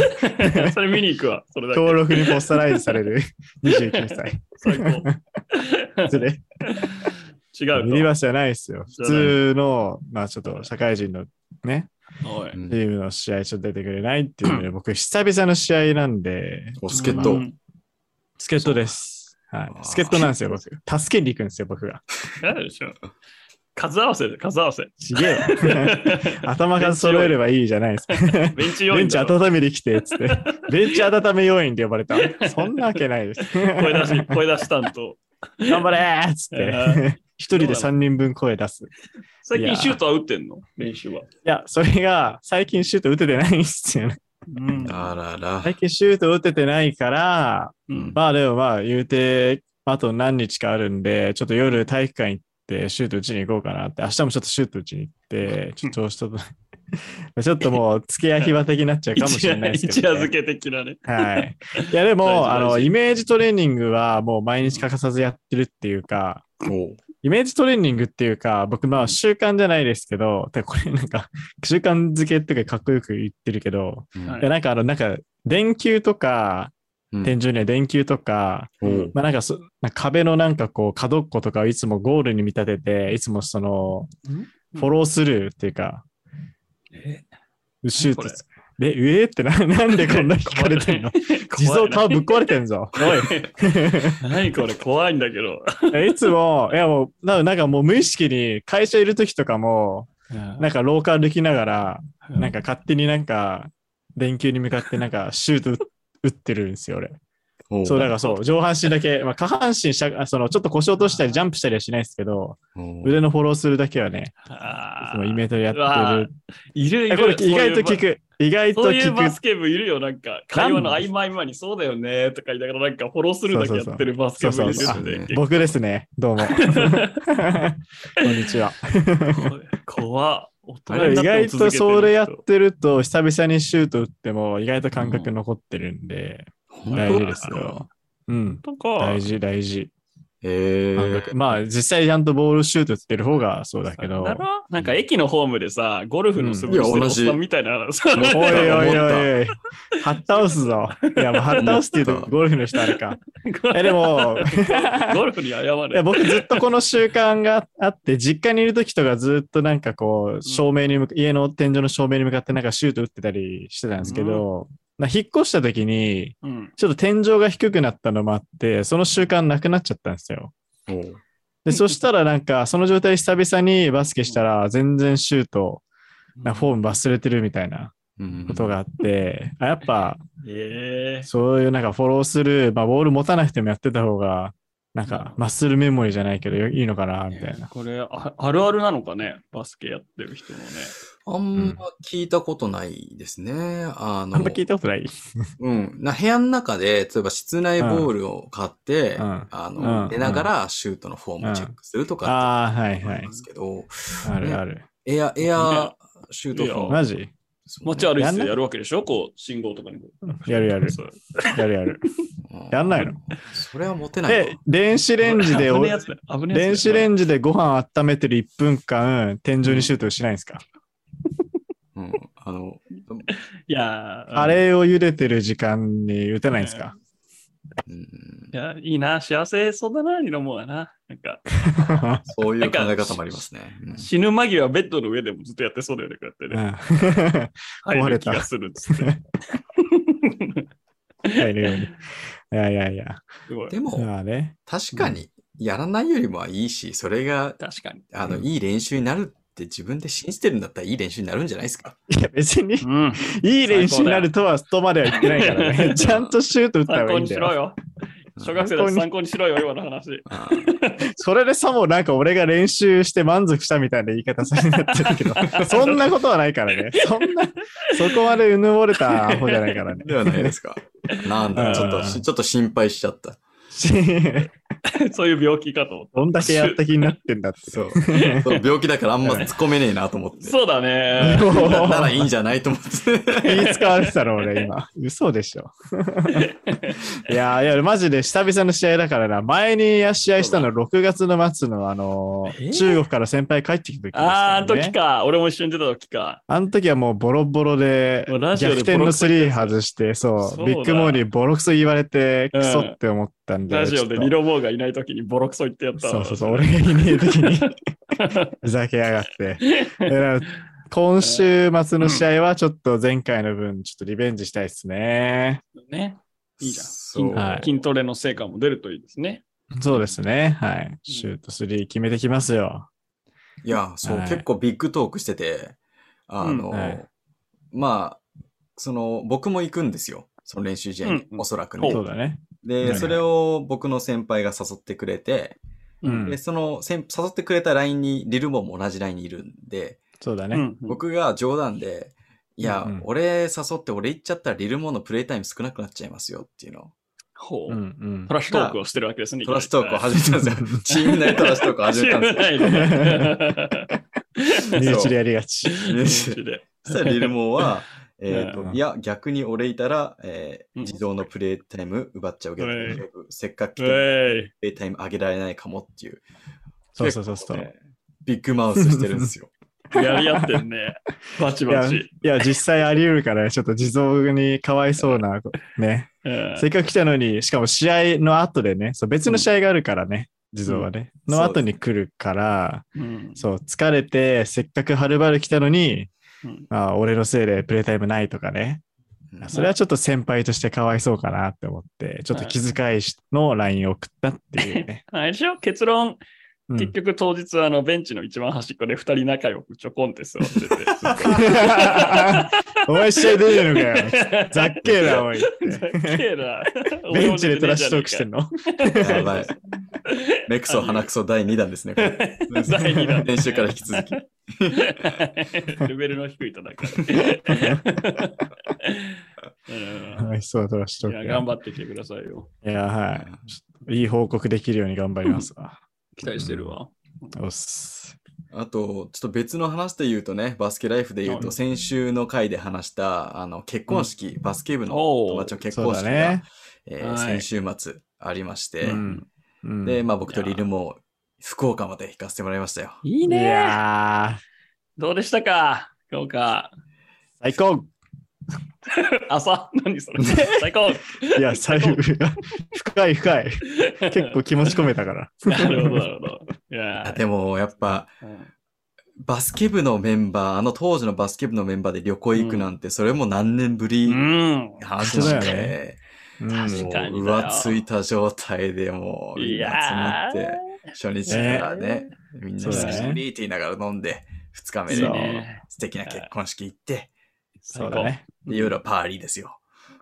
Speaker 3: い。
Speaker 2: [LAUGHS] それ見に行くわ。それだけ。
Speaker 3: 登録にポスタライズされる [LAUGHS] 29歳。
Speaker 2: 最高。
Speaker 3: それ、
Speaker 2: 違うか。
Speaker 3: ミニバスじゃないですよ。普通の、まあちょっと社会人のね、
Speaker 2: おい
Speaker 1: うん
Speaker 3: チームの試合ちょっと出てくれないっていうので、僕、久々の試合なんで、
Speaker 1: お、助っ
Speaker 2: う
Speaker 1: 人。
Speaker 2: ん
Speaker 3: 助っ人です。は
Speaker 1: あー
Speaker 3: い。助っ人なんですよ、僕。助けに行くんですよ、僕が。
Speaker 2: [LAUGHS] 嫌でしょ。数合わせで、数合わせ。 [LAUGHS]
Speaker 3: ちげえわ。頭数揃えればいいじゃないですか。
Speaker 2: ベンチ用
Speaker 3: ベ
Speaker 2: 意
Speaker 3: ンチ
Speaker 2: だろ。
Speaker 3: 温めに来て、
Speaker 2: [LAUGHS]
Speaker 3: つって。ベンチ温め要員って呼ばれた。そんなわけないです。
Speaker 2: 声出し、声出し担当。
Speaker 3: [LAUGHS] 頑張れーっつっ
Speaker 2: えー
Speaker 3: て。 [LAUGHS] 一人で3人分声出す。い
Speaker 2: 最
Speaker 3: いや
Speaker 2: 近シュートは打ってんの練習は。
Speaker 3: や、それが最近シュート打ててないんですよね。 [LAUGHS]
Speaker 2: うん
Speaker 1: あらら。
Speaker 3: 最近シュート打ててないから、
Speaker 2: うん
Speaker 3: まあでもまあ言うて、あと何日かあるんで、ちょっと夜体育館行ってシュート打ちに行こうかなって、明日もちょっとシュート打ちに行って、
Speaker 2: [LAUGHS]
Speaker 3: ちょっと調子と、 [LAUGHS] ちょっともう付け焼き場的になっちゃうかもしれないです
Speaker 2: [LAUGHS] 一
Speaker 3: け
Speaker 2: 夜
Speaker 3: ど、
Speaker 2: 漬
Speaker 3: ね。
Speaker 2: け的なね。
Speaker 3: はい。いやで
Speaker 2: 大事
Speaker 3: も、あ
Speaker 2: 大
Speaker 3: の、
Speaker 2: 事
Speaker 3: イメージトレーニングはもう毎日欠かさずやってるっていうか、
Speaker 1: お
Speaker 3: イメージトレーニングっていうか、僕、まあ、習慣じゃないですけど、てかこれなんか、習慣づけっていうかかっこよく言ってるけど、
Speaker 1: うん
Speaker 2: はい
Speaker 3: いやなんかあの、なんか、電球とか、
Speaker 1: うん
Speaker 3: 天井には電球とか、
Speaker 1: お
Speaker 3: まあなんかそ、なんか壁のなんかこう、角っことかをいつもゴールに見立てて、いつもその、フォロースルーっていうか、
Speaker 2: え
Speaker 3: シュー
Speaker 2: こ
Speaker 3: ト
Speaker 2: れ
Speaker 3: す。で、上って
Speaker 2: [LAUGHS]
Speaker 3: な、なんでこんな引かれてんの地蔵
Speaker 2: 怖
Speaker 3: 顔
Speaker 2: い
Speaker 3: ぶっ壊れてんぞ。
Speaker 2: 怖い。何これ怖いんだけど。
Speaker 3: いつも、いやもう、ななんかもう無意識に会社いる時とかも、なんか廊下歩きながら、なんか勝手になんか、電球に向かってなんかシュート打打ってるんですよ、俺。
Speaker 1: お
Speaker 3: そう、だからそう、上半身だけ、まあ、下半身しゃあ、その、ちょっと腰落としたり、ジャンプしたりはしないですけど、
Speaker 1: うん
Speaker 3: 腕のフォローするだけはね、い
Speaker 2: あ
Speaker 3: つ
Speaker 2: ー
Speaker 3: もイメトレや
Speaker 2: うわ
Speaker 3: っ
Speaker 2: ーいるい
Speaker 3: て
Speaker 2: る
Speaker 3: る。これ意外と
Speaker 2: そう
Speaker 3: 聞
Speaker 2: いう
Speaker 3: く。意外と
Speaker 2: そういうバ
Speaker 3: 聞
Speaker 2: ス
Speaker 3: く。
Speaker 2: ケ部いるよ、なんか、会話の合間合間に、そうだよね、とか言いながら、なんか、フォローするだけやってるバスケ部いる
Speaker 1: そうそ
Speaker 2: よ
Speaker 1: うそう
Speaker 2: ね。結構
Speaker 3: 僕ですね。どう
Speaker 2: [LAUGHS]
Speaker 3: も。こんにちは。
Speaker 2: 怖っ
Speaker 1: あ
Speaker 2: 大人
Speaker 1: れ
Speaker 2: に
Speaker 3: 意
Speaker 2: なっても
Speaker 3: 外
Speaker 2: 続
Speaker 3: と
Speaker 2: けてる
Speaker 3: それやってると、久々にシュート打っても、意外と感覚残ってるんで、
Speaker 1: 本
Speaker 3: 大
Speaker 1: 当
Speaker 3: 事ですよ。うん。
Speaker 2: とか、
Speaker 3: 大事、大事。
Speaker 1: え
Speaker 3: 感
Speaker 1: ー
Speaker 3: 覚まあ、実際ちゃんとボールシュート打ってる方がそうだけど。
Speaker 2: だろなんか駅のホームでさ、ゴルフの素振り
Speaker 1: うんい
Speaker 2: してる
Speaker 1: や
Speaker 2: お
Speaker 1: 同
Speaker 2: っ
Speaker 1: じ
Speaker 2: さんみたいな、さ
Speaker 3: おいおいおいおい。ハッタウスぞ。いや、もうハッタウスっていう
Speaker 1: 思っ
Speaker 3: と
Speaker 1: た
Speaker 3: ゴルフの人ある [LAUGHS] か。え、でも、
Speaker 2: [LAUGHS] ゴルフに謝
Speaker 3: いや
Speaker 2: れ。
Speaker 3: 僕ずっとこの習慣があって、実家にいる時とかずっとなんかこう、照明に向か、家の天井の照明に向かってなんかシュート打ってたりしてたんですけど、な引っ越した時に、
Speaker 2: うん
Speaker 3: ちょっと天井が低くなったのもあって、その習慣なくなっちゃったんですよ。
Speaker 1: おう
Speaker 3: で、 [LAUGHS] そしたらなんか、その状態久々にバスケしたら、全然シュート、なフォーム忘れてるみたいな
Speaker 1: うん
Speaker 3: ことがあって、あやっぱ、
Speaker 2: ええ
Speaker 3: そういうなんかフォローする、まあ、ボール持たなくてもやってた方が、なんかマッスルメモリーじゃないけどよいいのかな、みたいな。
Speaker 2: これあ、あるあるなのかね、バスケやってる人のね。
Speaker 1: あんま聞いたことないですね。あの
Speaker 3: あんま聞いたことない。
Speaker 1: うん。な部屋の中で、例えば室内ボールを買って、
Speaker 3: うん
Speaker 1: あ
Speaker 3: う
Speaker 1: の、
Speaker 3: ん
Speaker 1: 寝ながらシュートのフォームをチェックするとか
Speaker 3: ああ、はい
Speaker 1: ってあ
Speaker 3: は
Speaker 1: り
Speaker 3: い
Speaker 1: ま。すけど、
Speaker 3: あるある。
Speaker 1: エア、エアシュートフォーム
Speaker 3: マジ
Speaker 1: ですもんね。
Speaker 2: 街歩い
Speaker 3: や
Speaker 2: て
Speaker 3: んな
Speaker 2: てやるわけでしょこう、信号とかに。
Speaker 3: やるやる。
Speaker 2: そう
Speaker 3: やるやる。
Speaker 1: う
Speaker 3: やんないの
Speaker 1: それは持てないわ
Speaker 3: え、電子レンジで
Speaker 2: 危
Speaker 3: お、
Speaker 2: ねえやつだよ。危ねえ
Speaker 3: 電
Speaker 2: やつだ
Speaker 3: 子
Speaker 2: よ
Speaker 3: レンジでご飯温めてる1分間、天井にシュートしないんですか、
Speaker 1: うん。あの、
Speaker 2: いやー、
Speaker 3: カレーを茹でてる時間に打てないんですか、
Speaker 1: うん
Speaker 2: いや、いいな、幸せそうだな、に思うわな。なんか、
Speaker 1: そういう考え方もありますね。うん
Speaker 2: 死ぬ間際ベッドの上でもずっとやってそうだよね、こうやって
Speaker 3: [LAUGHS] うん
Speaker 2: ね。入
Speaker 3: 壊
Speaker 2: る
Speaker 3: れ
Speaker 2: 気
Speaker 3: た
Speaker 2: がするっ
Speaker 3: [LAUGHS]
Speaker 2: つって。
Speaker 3: 入るように。いやいやいや。
Speaker 2: すごい。
Speaker 1: でも、
Speaker 3: まあね。
Speaker 1: 確かに、やらないよりもはいいし、それが、
Speaker 2: 確かに。
Speaker 1: あの、
Speaker 3: うん
Speaker 1: いい練習になるって自分で信じてるんだったらいい練習になるんじゃないですか。
Speaker 3: いや別に
Speaker 2: うん。
Speaker 3: いい練習になるとは、とまでは言ってないから
Speaker 2: うん [LAUGHS]
Speaker 3: ね。ちゃんとシュート打った
Speaker 2: 参
Speaker 3: 方がい
Speaker 2: 考
Speaker 3: いん
Speaker 2: に
Speaker 3: だ
Speaker 2: しろ
Speaker 3: よ。
Speaker 2: よ。小学生だし参考にしろよ、今の話。 [LAUGHS]
Speaker 1: あ
Speaker 3: それでさもなんか俺が練習して満足したみたいな言い方されになってるけど、
Speaker 2: [LAUGHS]
Speaker 3: そんなことはないからね。そんな、そこまでうぬぼれたアホじゃないからね
Speaker 2: [LAUGHS]
Speaker 1: ー。ではないですか。なん
Speaker 3: う
Speaker 1: だ、
Speaker 3: ん
Speaker 1: ちょっとし、ちょっと心配しちゃった。
Speaker 3: し
Speaker 2: そういう病気かと思っ。
Speaker 3: どんだけやった気になってんだって。
Speaker 1: そう。そう病気だからあんま突っ込めねえなと思って
Speaker 2: そうだね。
Speaker 1: て。
Speaker 3: も
Speaker 1: な
Speaker 3: う
Speaker 1: ならいいんじゃないと思って。
Speaker 3: 言い使われてたの俺今。嘘でしょ。 [LAUGHS] いやーいや、マジで久々の試合だからな。前に試合したの6月の末のあのー
Speaker 2: え
Speaker 3: 中国から先輩帰ってきた時ですからね
Speaker 2: あー、あの時か。俺も一緒に出た時か。
Speaker 3: あの時はもうボロボロで
Speaker 2: もうラジオ
Speaker 3: 逆
Speaker 2: で
Speaker 3: 転のスリー外して、
Speaker 2: そう
Speaker 3: そ
Speaker 2: だ
Speaker 3: う、ビッグモーリーボロクソ言われて、
Speaker 2: うん
Speaker 3: クソって思ったんで。
Speaker 2: ラジオでリ
Speaker 3: ロ
Speaker 2: ロボーがいない時にボロクソ言ってやったわ
Speaker 3: そうそうそう、俺がいねえ時にふざけやが
Speaker 2: [LAUGHS]
Speaker 3: って。だから今週末の試合はちょっと前回の分、ちょっとリベンジしたいですね。
Speaker 2: [LAUGHS] ね。 [LAUGHS] いいじゃん
Speaker 1: そう。
Speaker 3: はい
Speaker 2: 筋トレの成果も出るといいですね。
Speaker 3: そうですね。はい。シュート3決めてきますよ。
Speaker 1: いや、そう、
Speaker 3: はい
Speaker 1: 結構ビッグトークしてて、あの、
Speaker 3: うんはい
Speaker 1: まあ、その、僕も行くんですよ。その練習試合に、
Speaker 2: うん
Speaker 1: おそらくね。
Speaker 3: そうだね。
Speaker 1: で、
Speaker 3: はい
Speaker 1: それを僕の先輩が誘ってくれて、
Speaker 3: うん
Speaker 1: で、その先、誘ってくれた LINE に、リルボンも同じ LINE にいるんで、
Speaker 3: そうだ
Speaker 2: う
Speaker 3: ね。
Speaker 2: ん。
Speaker 1: 僕が冗談で、いや、
Speaker 3: うんうん
Speaker 1: 俺誘って俺行っちゃったらリルモンのプレイタイム少なくなっちゃいますよっていうのを、
Speaker 2: ほ
Speaker 3: う
Speaker 2: う。
Speaker 3: ん
Speaker 2: トラッシュトークをしてるわけですね。
Speaker 1: トラストークを
Speaker 2: は
Speaker 1: 始めたんですよ。チーム内トラストークを始め
Speaker 2: [LAUGHS]
Speaker 1: たんですよ。
Speaker 2: ない [LAUGHS] で。
Speaker 3: うん。身内でやりがち。
Speaker 2: [LAUGHS]
Speaker 1: で [LAUGHS] そしたらリルモンは、えっ、
Speaker 3: う
Speaker 1: と、
Speaker 3: ん
Speaker 1: いや、逆に俺いたら、えー
Speaker 2: うん
Speaker 1: 自動のプレイタイム奪っちゃうけど、
Speaker 2: うん
Speaker 1: 大丈夫せっかく来ても
Speaker 2: え
Speaker 1: プレイタイム上げられないかもっていう。
Speaker 3: そうそうそうそう
Speaker 1: 結構ねビッグマウスしてるんですよ。
Speaker 2: い、やり合って
Speaker 3: [LAUGHS]
Speaker 2: んね。バチ
Speaker 3: いや
Speaker 2: バチ。
Speaker 3: いや、実際あり得るから、ちょっと地蔵にかわいそうな、ね。
Speaker 2: う
Speaker 3: [LAUGHS]
Speaker 2: ん
Speaker 3: せっかく来たのに、しかも試合の後でね、そう別の試合があるからね、地蔵はね。
Speaker 1: うん
Speaker 3: の後に来るから、
Speaker 2: うん
Speaker 3: そう、疲れて、せっかくはるばる来たのに、
Speaker 2: うん
Speaker 3: ああ俺のせいでプレイタイムないとかね。
Speaker 1: うん
Speaker 3: それはちょっと先輩としてかわいそうかなって思って、ちょっと気遣いの LINE を送ったっていうね。
Speaker 2: あれでしょ結論、
Speaker 3: うん [LAUGHS]
Speaker 2: 結局当日、あの、ベンチの一番端っこで二人仲良くちょこんって座ってて。
Speaker 3: [LAUGHS] お前試合出てるのかよ。ざっけえな、おい。
Speaker 2: [LAUGHS] ざっけえな。
Speaker 3: [LAUGHS] ベンチでトラッシュトークしてん
Speaker 2: る。
Speaker 3: の
Speaker 1: やばい。目くそ鼻くそ第2弾ですね。これ
Speaker 2: 第二弾
Speaker 1: 練習から引き続き。
Speaker 2: [LAUGHS] レベルの低い戦い。うん
Speaker 3: はい、 [LAUGHS] そう、トラッシュト
Speaker 2: い
Speaker 3: ー
Speaker 2: や、
Speaker 3: ク。
Speaker 2: 頑張ってきてくださいよ。
Speaker 3: いや、はい。ちょっといい報告できるように頑張りますわ。
Speaker 2: 期待してるわ。
Speaker 3: おっす。
Speaker 1: あと、ちょっと別の話で言うとね、バスケライフで言う
Speaker 2: は
Speaker 1: と、
Speaker 2: い
Speaker 1: 先週の回で話した、あの、結婚式、バスケ部の
Speaker 2: おー
Speaker 1: 友達の結
Speaker 3: そう
Speaker 1: 婚
Speaker 3: だ
Speaker 1: 式が、
Speaker 3: ね。
Speaker 1: えー
Speaker 2: はい
Speaker 1: 先週末ありまして、
Speaker 3: うんうん
Speaker 1: で、まあ僕とリルも福岡まで行かせてもらいましたよ。
Speaker 2: いい
Speaker 3: い
Speaker 2: ね。
Speaker 3: やー、
Speaker 2: どうでしたか今日か。
Speaker 3: 最高
Speaker 2: 朝 [LAUGHS] 何
Speaker 3: [LAUGHS]
Speaker 2: それ最高
Speaker 3: いや、最後、 [LAUGHS] 深い深い。結構気持ち込めたから。
Speaker 2: なるほど、なるほど。いや
Speaker 1: あ
Speaker 2: ー
Speaker 1: でも、やっぱ、
Speaker 2: うん
Speaker 1: バスケ部のメンバー、あの当時のバスケ部のメンバーで旅行行くなんて、それも何年ぶり
Speaker 2: うん。
Speaker 1: 話なん
Speaker 3: そうだよ
Speaker 1: で、
Speaker 3: うん
Speaker 2: 確か
Speaker 1: も
Speaker 2: に
Speaker 1: う
Speaker 2: だ
Speaker 1: 浮
Speaker 2: よ
Speaker 1: ついた状態でもう、み
Speaker 2: い
Speaker 1: んな
Speaker 2: や
Speaker 1: 集まって、初日からね、みんな
Speaker 3: そうだ
Speaker 1: 久
Speaker 3: ね
Speaker 1: しぶりって言いながら飲んで、2日目で
Speaker 2: ーいい
Speaker 3: そう
Speaker 2: ね。
Speaker 1: 素敵な結婚式行って、
Speaker 3: そうだね。
Speaker 1: で夜はパーリーですよ。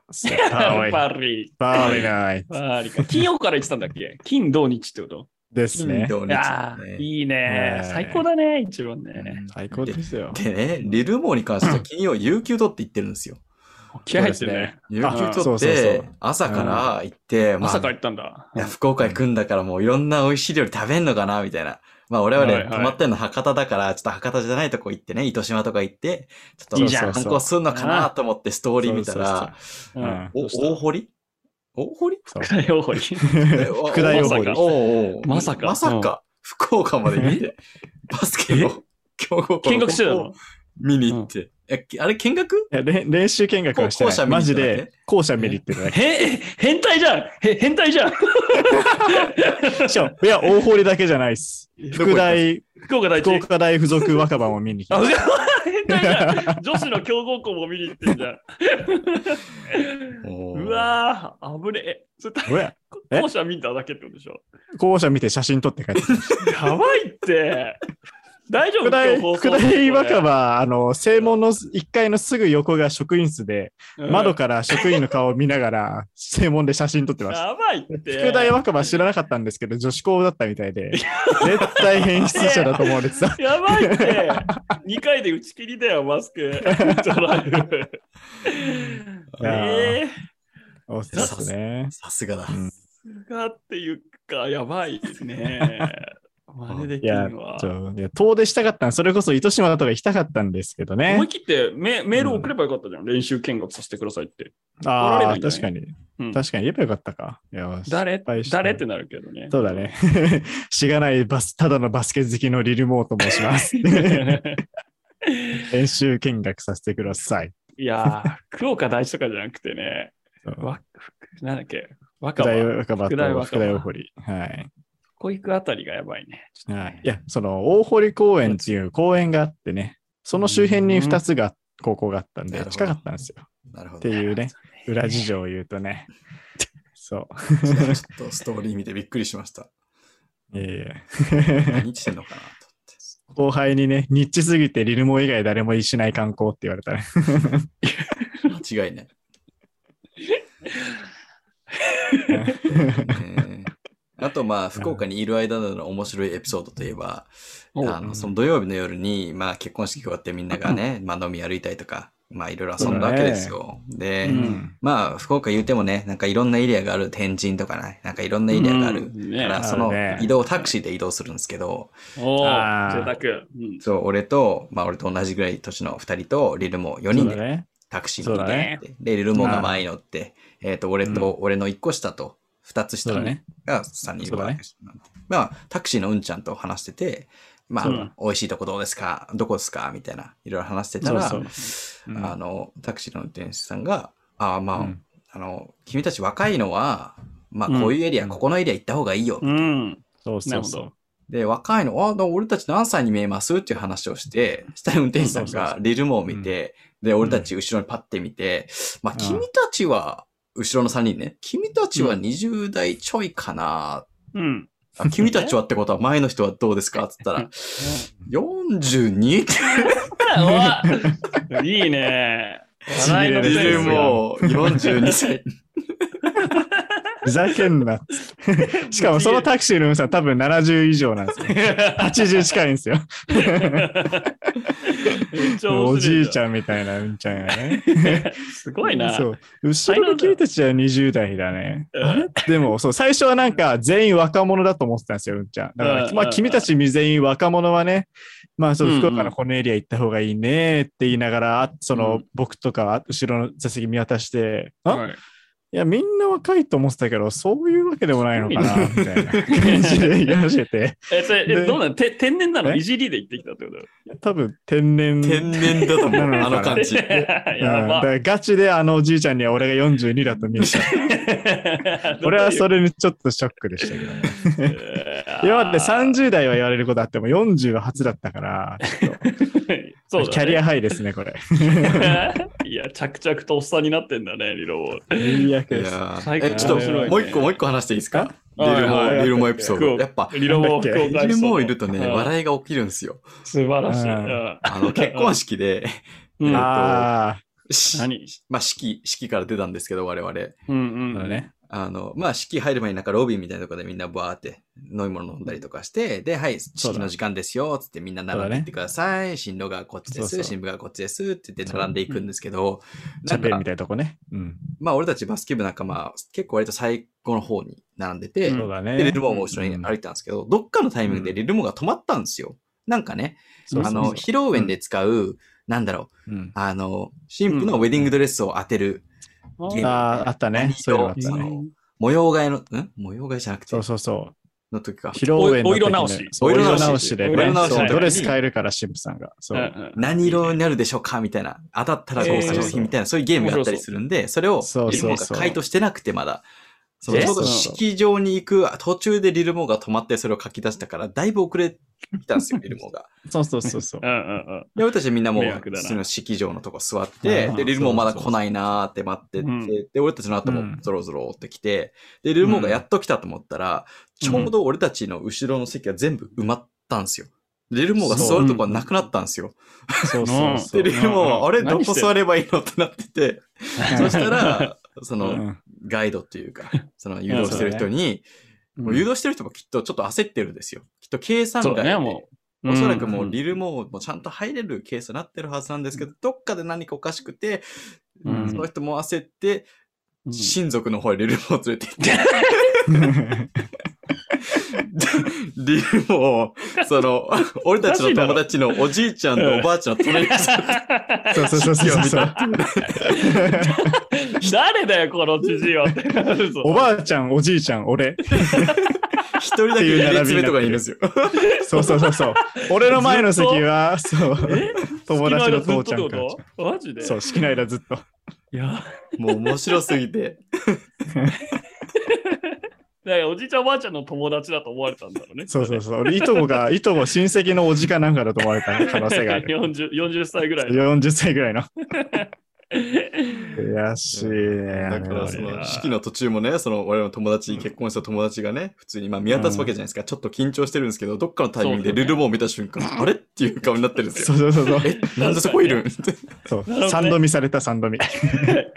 Speaker 3: そう
Speaker 2: パ
Speaker 3: パーリー。
Speaker 2: ーリー。
Speaker 3: パーリーナイト
Speaker 2: パーリーか。金曜から言ってたんだっけ金、土、日ってこと
Speaker 3: です
Speaker 1: 金
Speaker 3: ね。
Speaker 1: 土日
Speaker 2: いやー
Speaker 1: ね。
Speaker 2: いいね
Speaker 3: は。い
Speaker 2: 最高だね、一番ね。
Speaker 3: 最高ですよ。
Speaker 1: でね、リルモーに関しては金曜、有給取って行ってるんですよ。
Speaker 2: 気合入ってるね。
Speaker 1: 有
Speaker 2: あ
Speaker 1: 給
Speaker 3: そ
Speaker 1: 取
Speaker 3: う
Speaker 1: っ
Speaker 3: そうそう
Speaker 1: て、朝から行って、まあ
Speaker 2: 朝から行ったんだ
Speaker 1: い。や、福岡行くんだからもういろんな美味しい料理食べんのかなみたいな。まあ我々
Speaker 2: はいはい
Speaker 1: 泊まってんの博多だから、ちょっと博多じゃないとこ行ってね、糸島とか行って、ちょ
Speaker 2: い
Speaker 1: っ
Speaker 2: い
Speaker 1: と
Speaker 2: じゃん
Speaker 1: 観光すんのかなと思ってストーリー見たら、
Speaker 3: そうそうそう、うん
Speaker 1: お、
Speaker 3: どうした
Speaker 1: 大堀大
Speaker 3: [LAUGHS]
Speaker 1: 堀
Speaker 3: そう
Speaker 2: 福大大堀。
Speaker 1: えお
Speaker 3: 副大王
Speaker 1: まさ
Speaker 3: 法に
Speaker 1: かおうおう
Speaker 2: まさか
Speaker 1: まさか、福岡まで行って、バスケの強豪校
Speaker 2: 見学してたの
Speaker 1: 見に行って。えあれ見学
Speaker 3: いやれん練習見学はして
Speaker 1: こう校
Speaker 3: な
Speaker 1: 舎見に行った
Speaker 3: い。マジ
Speaker 1: だけ
Speaker 3: で校舎見に行ってるだけ。
Speaker 2: へ、変態じゃんへ変態じゃん
Speaker 1: [LAUGHS]
Speaker 3: しかもいや、大堀だけじゃないっす。副大、
Speaker 2: 福岡大
Speaker 3: 福
Speaker 2: 地。
Speaker 3: 岡大附属若葉も見に来
Speaker 2: あ、
Speaker 3: ま
Speaker 2: う
Speaker 3: し
Speaker 2: わ変態じゃん女子の強豪校も見に行ってんじゃん。うわぁ、あぶねえ。それ
Speaker 3: た。俺、え
Speaker 2: 校舎見ただけってことでしょ。
Speaker 3: 校舎見て写真撮って帰ってきました。
Speaker 2: やばいって。
Speaker 3: [LAUGHS]
Speaker 2: 大丈夫
Speaker 3: 副大、
Speaker 2: 今日放送
Speaker 3: 福大若
Speaker 2: こ
Speaker 3: 葉、あの、正門の1階のすぐ横が職員室で、
Speaker 2: れ
Speaker 3: 窓から職員の顔を見ながら、正門で写真撮ってました。
Speaker 2: やばいって。
Speaker 3: 副大若葉知らなかったんですけど、女子校だったみたいで、絶対変質者だと思われて
Speaker 2: [LAUGHS]
Speaker 3: た。
Speaker 2: やばいって。2回で打ち切りだよ、マスク。トライブ
Speaker 3: いやー
Speaker 2: えー、
Speaker 3: おっすですね。
Speaker 1: さすがだ。
Speaker 3: うん
Speaker 2: すがっていうか、やばいですね。真似で
Speaker 3: い
Speaker 2: き
Speaker 3: や
Speaker 2: んわ、
Speaker 3: ち。ょいや遠出したかったんそれこそ糸島とか行きたかったんですけど
Speaker 2: 思い
Speaker 3: ね。
Speaker 2: 切ってメメール送ればよかったじゃん。練習見学させてくださいって。来られ
Speaker 3: あ
Speaker 2: ない
Speaker 3: あ、
Speaker 2: んじゃない
Speaker 3: 確かに。
Speaker 2: うん
Speaker 3: 確かに言えばよかったか。いや
Speaker 2: 誰
Speaker 3: 失敗した
Speaker 2: 誰ってなるけどね。
Speaker 3: そうだね。 [LAUGHS] しがないバス、ただのバスケ好きのリルモーと申し
Speaker 2: [LAUGHS]
Speaker 3: ます。練習見学させてください。
Speaker 2: [LAUGHS] いやー、福岡大師とかじゃなくてね、
Speaker 3: そう
Speaker 2: わふなんだっけ、若
Speaker 3: 福大
Speaker 2: 葉、
Speaker 3: 若葉
Speaker 2: 福大
Speaker 3: と福
Speaker 2: 若葉
Speaker 3: 大大堀。はい。
Speaker 2: こ行くあたりがやばいね。ちょっと
Speaker 3: は
Speaker 2: ね
Speaker 3: い、いや、その大堀公園っていう公園があってね、その周辺に2つが高校があったん
Speaker 1: な
Speaker 3: で
Speaker 1: る、ほど
Speaker 3: 近かったんですよ。
Speaker 1: なるほ
Speaker 3: っ
Speaker 1: ど
Speaker 3: て。いうね、裏事情を言うとね。
Speaker 1: [LAUGHS] ちょ
Speaker 3: そ
Speaker 1: っとストーリー見てびっくりしま
Speaker 2: [LAUGHS]
Speaker 1: した。
Speaker 3: う。いえいえ。
Speaker 1: 何してんのかなと
Speaker 3: [LAUGHS] 後輩にね、ニッチすぎてリルモ以外誰もいしない観光って言われたね。
Speaker 1: 思って。間違いない。 [LAUGHS] ねあとまあ、福岡にいる間の面白いエピソードといえば、
Speaker 2: お
Speaker 1: あのその土曜日の夜に、まあ、結婚式終わってみんながね、
Speaker 2: [LAUGHS]
Speaker 1: まあ、飲み歩いたりとか、まあ、いろいろ遊んだわけですよ。で、
Speaker 2: うん
Speaker 1: まあ、福岡言うてもね、なんかいろんなエリアがある、天神とかね、なんかいろんなエリアがある。
Speaker 2: うん
Speaker 1: か
Speaker 2: ね
Speaker 1: ら、
Speaker 3: ね
Speaker 1: その移動、タクシーで移動するんですけど、
Speaker 2: お
Speaker 3: あ
Speaker 2: ー、
Speaker 3: ー
Speaker 2: 贅沢。うん
Speaker 1: そう、俺と、まあ俺と同じぐらい年の2人と、リルモ4
Speaker 3: そ
Speaker 1: 人
Speaker 3: うだ
Speaker 1: で
Speaker 3: ね。
Speaker 1: タクシーに乗っ
Speaker 3: そうだ
Speaker 1: て
Speaker 2: ね
Speaker 1: って、で、リルモが前に乗って、えっ、と、俺と、俺の1個下と、2つ
Speaker 3: そ
Speaker 1: 下
Speaker 3: うだ
Speaker 1: の
Speaker 3: ね。
Speaker 1: が3人いる
Speaker 3: そうだ
Speaker 1: わ
Speaker 3: ね
Speaker 1: けですなんてまあ、タクシーのうんちゃんと話してて、ま
Speaker 2: そうだ
Speaker 1: あ、美味しいとこどうですかどこですかみたいな、いろいろ話してたら、
Speaker 3: そううん
Speaker 1: あの、タクシーの運転手さんが、ああ、まあ、
Speaker 3: うん
Speaker 1: あの、君たち若いのは、まあ、
Speaker 2: うん
Speaker 1: こういうエリア、ここのエリア行った方がいいよ。
Speaker 2: うん。
Speaker 3: そう
Speaker 2: な
Speaker 3: そ
Speaker 2: る
Speaker 3: う
Speaker 2: ほ
Speaker 3: そう
Speaker 2: ど。。
Speaker 1: で、若いの、あ、でも俺たち何歳に見えますっていう話をして、下に運転手さん
Speaker 3: そうそう
Speaker 1: が
Speaker 3: そう
Speaker 1: リルモを見て、で、俺たち後ろにパッて見て、まあ、
Speaker 3: うん
Speaker 1: 君たちは、後ろの3人ね、君たちは20代ちょいかな、
Speaker 2: [LAUGHS] うん。
Speaker 1: あ君たちはってことは前の人はどうですかって言
Speaker 3: [LAUGHS]
Speaker 1: ったら、42? って
Speaker 2: うわいいね。笑いの
Speaker 3: しびれ
Speaker 2: セ
Speaker 3: る
Speaker 2: ンスが
Speaker 1: もう42歳。
Speaker 3: [LAUGHS] ふざけんなっつって。しかもそのタクシーの運さん多分70以上なんですよ。80近いんですよ。
Speaker 2: めっちゃ [LAUGHS] 面白
Speaker 3: おじいち
Speaker 2: ゃ
Speaker 3: ゃんみたいな、うんちゃんや
Speaker 2: [LAUGHS]
Speaker 3: ね。
Speaker 2: ん。すごいな。
Speaker 3: そう。後ろの君たちは20代だ
Speaker 2: [LAUGHS]
Speaker 3: ね。あれでも、そう、最初はなんか全員若者だと思ってたんですよ、うんちゃん。だか
Speaker 2: うんう
Speaker 3: ら、
Speaker 2: ん
Speaker 3: まあ君たち全員若者はね、まあその福岡のこのエリア行った方がいいねって言いながら、そうの
Speaker 2: ん
Speaker 3: 僕とか後ろの座席見渡して、あ
Speaker 2: はい
Speaker 3: いや、みんな若いと思ってたけど、そういうわけでもないのかな、みたいな感じで言い始め
Speaker 2: [LAUGHS]
Speaker 3: て、
Speaker 2: え、それ、え
Speaker 3: で
Speaker 2: どうなのて天然なの
Speaker 3: え
Speaker 2: いじりで言ってきたってこと
Speaker 3: 多分天然。
Speaker 1: 天然だと思う、あの感
Speaker 3: [LAUGHS]
Speaker 1: じ。
Speaker 3: うん
Speaker 2: [LAUGHS] や
Speaker 3: だか
Speaker 2: ば。
Speaker 3: らガチであのおじいちゃんには俺が42だと見えちゃう。[LAUGHS]
Speaker 2: [LAUGHS]
Speaker 3: 俺はそ
Speaker 2: れ。
Speaker 3: れにちょっとショックでしたけど。今
Speaker 2: 今
Speaker 3: まで30代は言われることあっても40は初だったから、ちょっと
Speaker 2: そうだね
Speaker 3: キャリアハイですね、これ。
Speaker 2: [LAUGHS] いや、着々とおっさんになってんだね、リロー。
Speaker 3: 最悪
Speaker 1: い
Speaker 3: です。
Speaker 1: やー
Speaker 2: 最高
Speaker 1: え、ちょっ
Speaker 3: 面白い
Speaker 1: と、
Speaker 3: ね
Speaker 1: もう一個、もう一個話していいですか
Speaker 2: あ
Speaker 1: リルモ
Speaker 2: はい
Speaker 1: ー、リルモーエピソー
Speaker 2: 福
Speaker 1: ド。
Speaker 2: 岡
Speaker 1: やっぱ、
Speaker 2: リロー、福岡
Speaker 1: リルモーいるとね、
Speaker 2: うん
Speaker 1: 笑いが起きるんですよ。
Speaker 2: 素晴らしい
Speaker 3: うん
Speaker 2: うん
Speaker 1: あ
Speaker 3: [LAUGHS]
Speaker 1: の、結婚式で、
Speaker 2: うん。
Speaker 3: ああ、
Speaker 1: し
Speaker 2: 何
Speaker 1: まあ、式、式から出たんですけど、我々。
Speaker 2: うん。
Speaker 3: そううんね。
Speaker 1: あの、まあ、式入る前になんかロビーみたいなところでみんなバーって飲み物飲んだりとかして、で、はい、
Speaker 3: うだ
Speaker 1: 式の時間ですよ、つってみんな並んでいってください。新郎がこっちで
Speaker 3: そうそ
Speaker 1: す、
Speaker 3: う
Speaker 1: 新婦がこっちですって言って並んでいくんですけど、
Speaker 3: チ
Speaker 1: な
Speaker 3: ャ
Speaker 1: ん
Speaker 3: ペン
Speaker 1: か
Speaker 3: み、たいなとこね。うん。
Speaker 1: まあ、俺たちバスケ部なんかまあ、結構割と最後の方に並んでて、
Speaker 2: うん
Speaker 3: そうだ
Speaker 1: で、リ
Speaker 3: ね
Speaker 1: ル。モも一緒に歩いてたんですけど、どっかのタイミングでリルモが止まったんですよ。なんかね、
Speaker 3: そうそ
Speaker 1: あ
Speaker 3: うそう
Speaker 1: の、披露宴で使う、なんだろう、
Speaker 3: うん
Speaker 1: あの、新婦のウェディングドレスを当てる、
Speaker 3: ああ、あったね。そういうのあっ
Speaker 1: ー
Speaker 3: たね。
Speaker 1: の模様替えの、ん模様替えじゃなくて
Speaker 3: そう、そうそう。
Speaker 1: の時か。
Speaker 3: 披露宴の時に
Speaker 2: お色直し
Speaker 3: そう
Speaker 1: お
Speaker 3: お
Speaker 1: 色直
Speaker 3: 色
Speaker 1: し
Speaker 3: 直しでね。
Speaker 2: お色直し
Speaker 3: そう
Speaker 2: はい
Speaker 3: ドレス変えるから、神父さんが。そうう。
Speaker 2: んうん
Speaker 1: 何色になるでしょうかみたいな。当たったら豪華賞品みたいな、そういうゲームがあったりするんで、それを
Speaker 3: そう
Speaker 1: リル
Speaker 3: そ
Speaker 1: モ
Speaker 3: う
Speaker 1: が
Speaker 3: そう
Speaker 1: 回答してなくてまだ。その
Speaker 2: え
Speaker 1: ちょうど
Speaker 3: そう
Speaker 1: 式場に行く途中でリルモが止まってそれを書き出したから、だいぶ遅れたん
Speaker 3: [LAUGHS]
Speaker 1: ですよ、リルモが。
Speaker 3: そうそうそうそう
Speaker 2: う。んうんうん。
Speaker 1: で、俺たちみんなも
Speaker 2: 迷
Speaker 1: う
Speaker 2: 惑だな
Speaker 1: その式場のとこ座って、
Speaker 3: うん
Speaker 1: で、リルモまだ来ないなーって待ってて、
Speaker 2: うん
Speaker 1: で、俺たちの後
Speaker 3: うん
Speaker 1: もゾロゾロって来て、で、リルモがやっと来たと思ったら、
Speaker 2: うん
Speaker 1: ちょうど俺たちの後ろの席が全部埋まったんですよ。リルモが座るとこはなくなったんですよ。
Speaker 3: そうそうそ
Speaker 1: で、
Speaker 3: う。
Speaker 1: リルモ
Speaker 2: うん
Speaker 1: は、あれ、ど
Speaker 2: 何し
Speaker 1: こ
Speaker 2: てんの
Speaker 1: 座ればいいのってなってて、そした
Speaker 2: [LAUGHS]
Speaker 1: ら、そ
Speaker 3: うん
Speaker 1: の、ガイドっていうか、その誘導してる人に、
Speaker 3: うん
Speaker 1: もう誘導してる人もきっとちょっと焦ってるんですよ。きっと計算
Speaker 2: そう
Speaker 1: 外
Speaker 2: だ
Speaker 1: で
Speaker 2: ね、もう。
Speaker 1: おそらくもう
Speaker 2: リ
Speaker 1: リルモもちゃんと入れるケースになってるはずなんですけど、どっかで何かおかしくて、
Speaker 2: うん
Speaker 1: その人も焦って、
Speaker 2: し
Speaker 1: 親族の方へリルモを連れて行って、 [LAUGHS] リルモを、その、俺たちの友達のおじいちゃんとおばあちゃんの隣に座って
Speaker 3: [LAUGHS] そうそうそうそ
Speaker 1: [LAUGHS]
Speaker 3: うそう。
Speaker 2: [LAUGHS] 誰だよ、このじじいはってなるぞ。
Speaker 3: [LAUGHS] おばあちゃん、おじいちゃん、俺。
Speaker 1: 一人だけ2列目とかにいるんですよ。
Speaker 3: そうそうそうそう。俺の前の席は、そう、
Speaker 2: え
Speaker 3: 友達の父ちゃん
Speaker 2: 好き
Speaker 3: か
Speaker 2: な間ずっとってことマジで
Speaker 3: そう、好きな間ずっと。
Speaker 2: いや、だか
Speaker 1: もう面白すぎて。
Speaker 2: らおじいちゃんおばあちゃんの友達だと思われたんだろうね。
Speaker 3: そうそうそう。俺、いとこ
Speaker 2: [LAUGHS]
Speaker 3: が、いとこ親戚のおじかなんかだと思われた可能性がある。
Speaker 2: 40, 40歳ぐらいの。
Speaker 3: 40歳ぐらい
Speaker 2: [LAUGHS]
Speaker 3: の。悔しいね。
Speaker 1: だからそ
Speaker 2: いや
Speaker 1: の式の途中もね、その我々の友達、結婚した友達がね、普通にまあ見渡すわけじゃないですか。ちょっと緊張してるんですけど、どっかのタイミングでルルボを見た瞬間、あれっていう顔になってるんです
Speaker 3: そ
Speaker 1: よ。
Speaker 3: うそうそうそう
Speaker 1: え、なんでそこいるんって。
Speaker 3: そう
Speaker 2: なるほどね
Speaker 3: 三度見された三度見。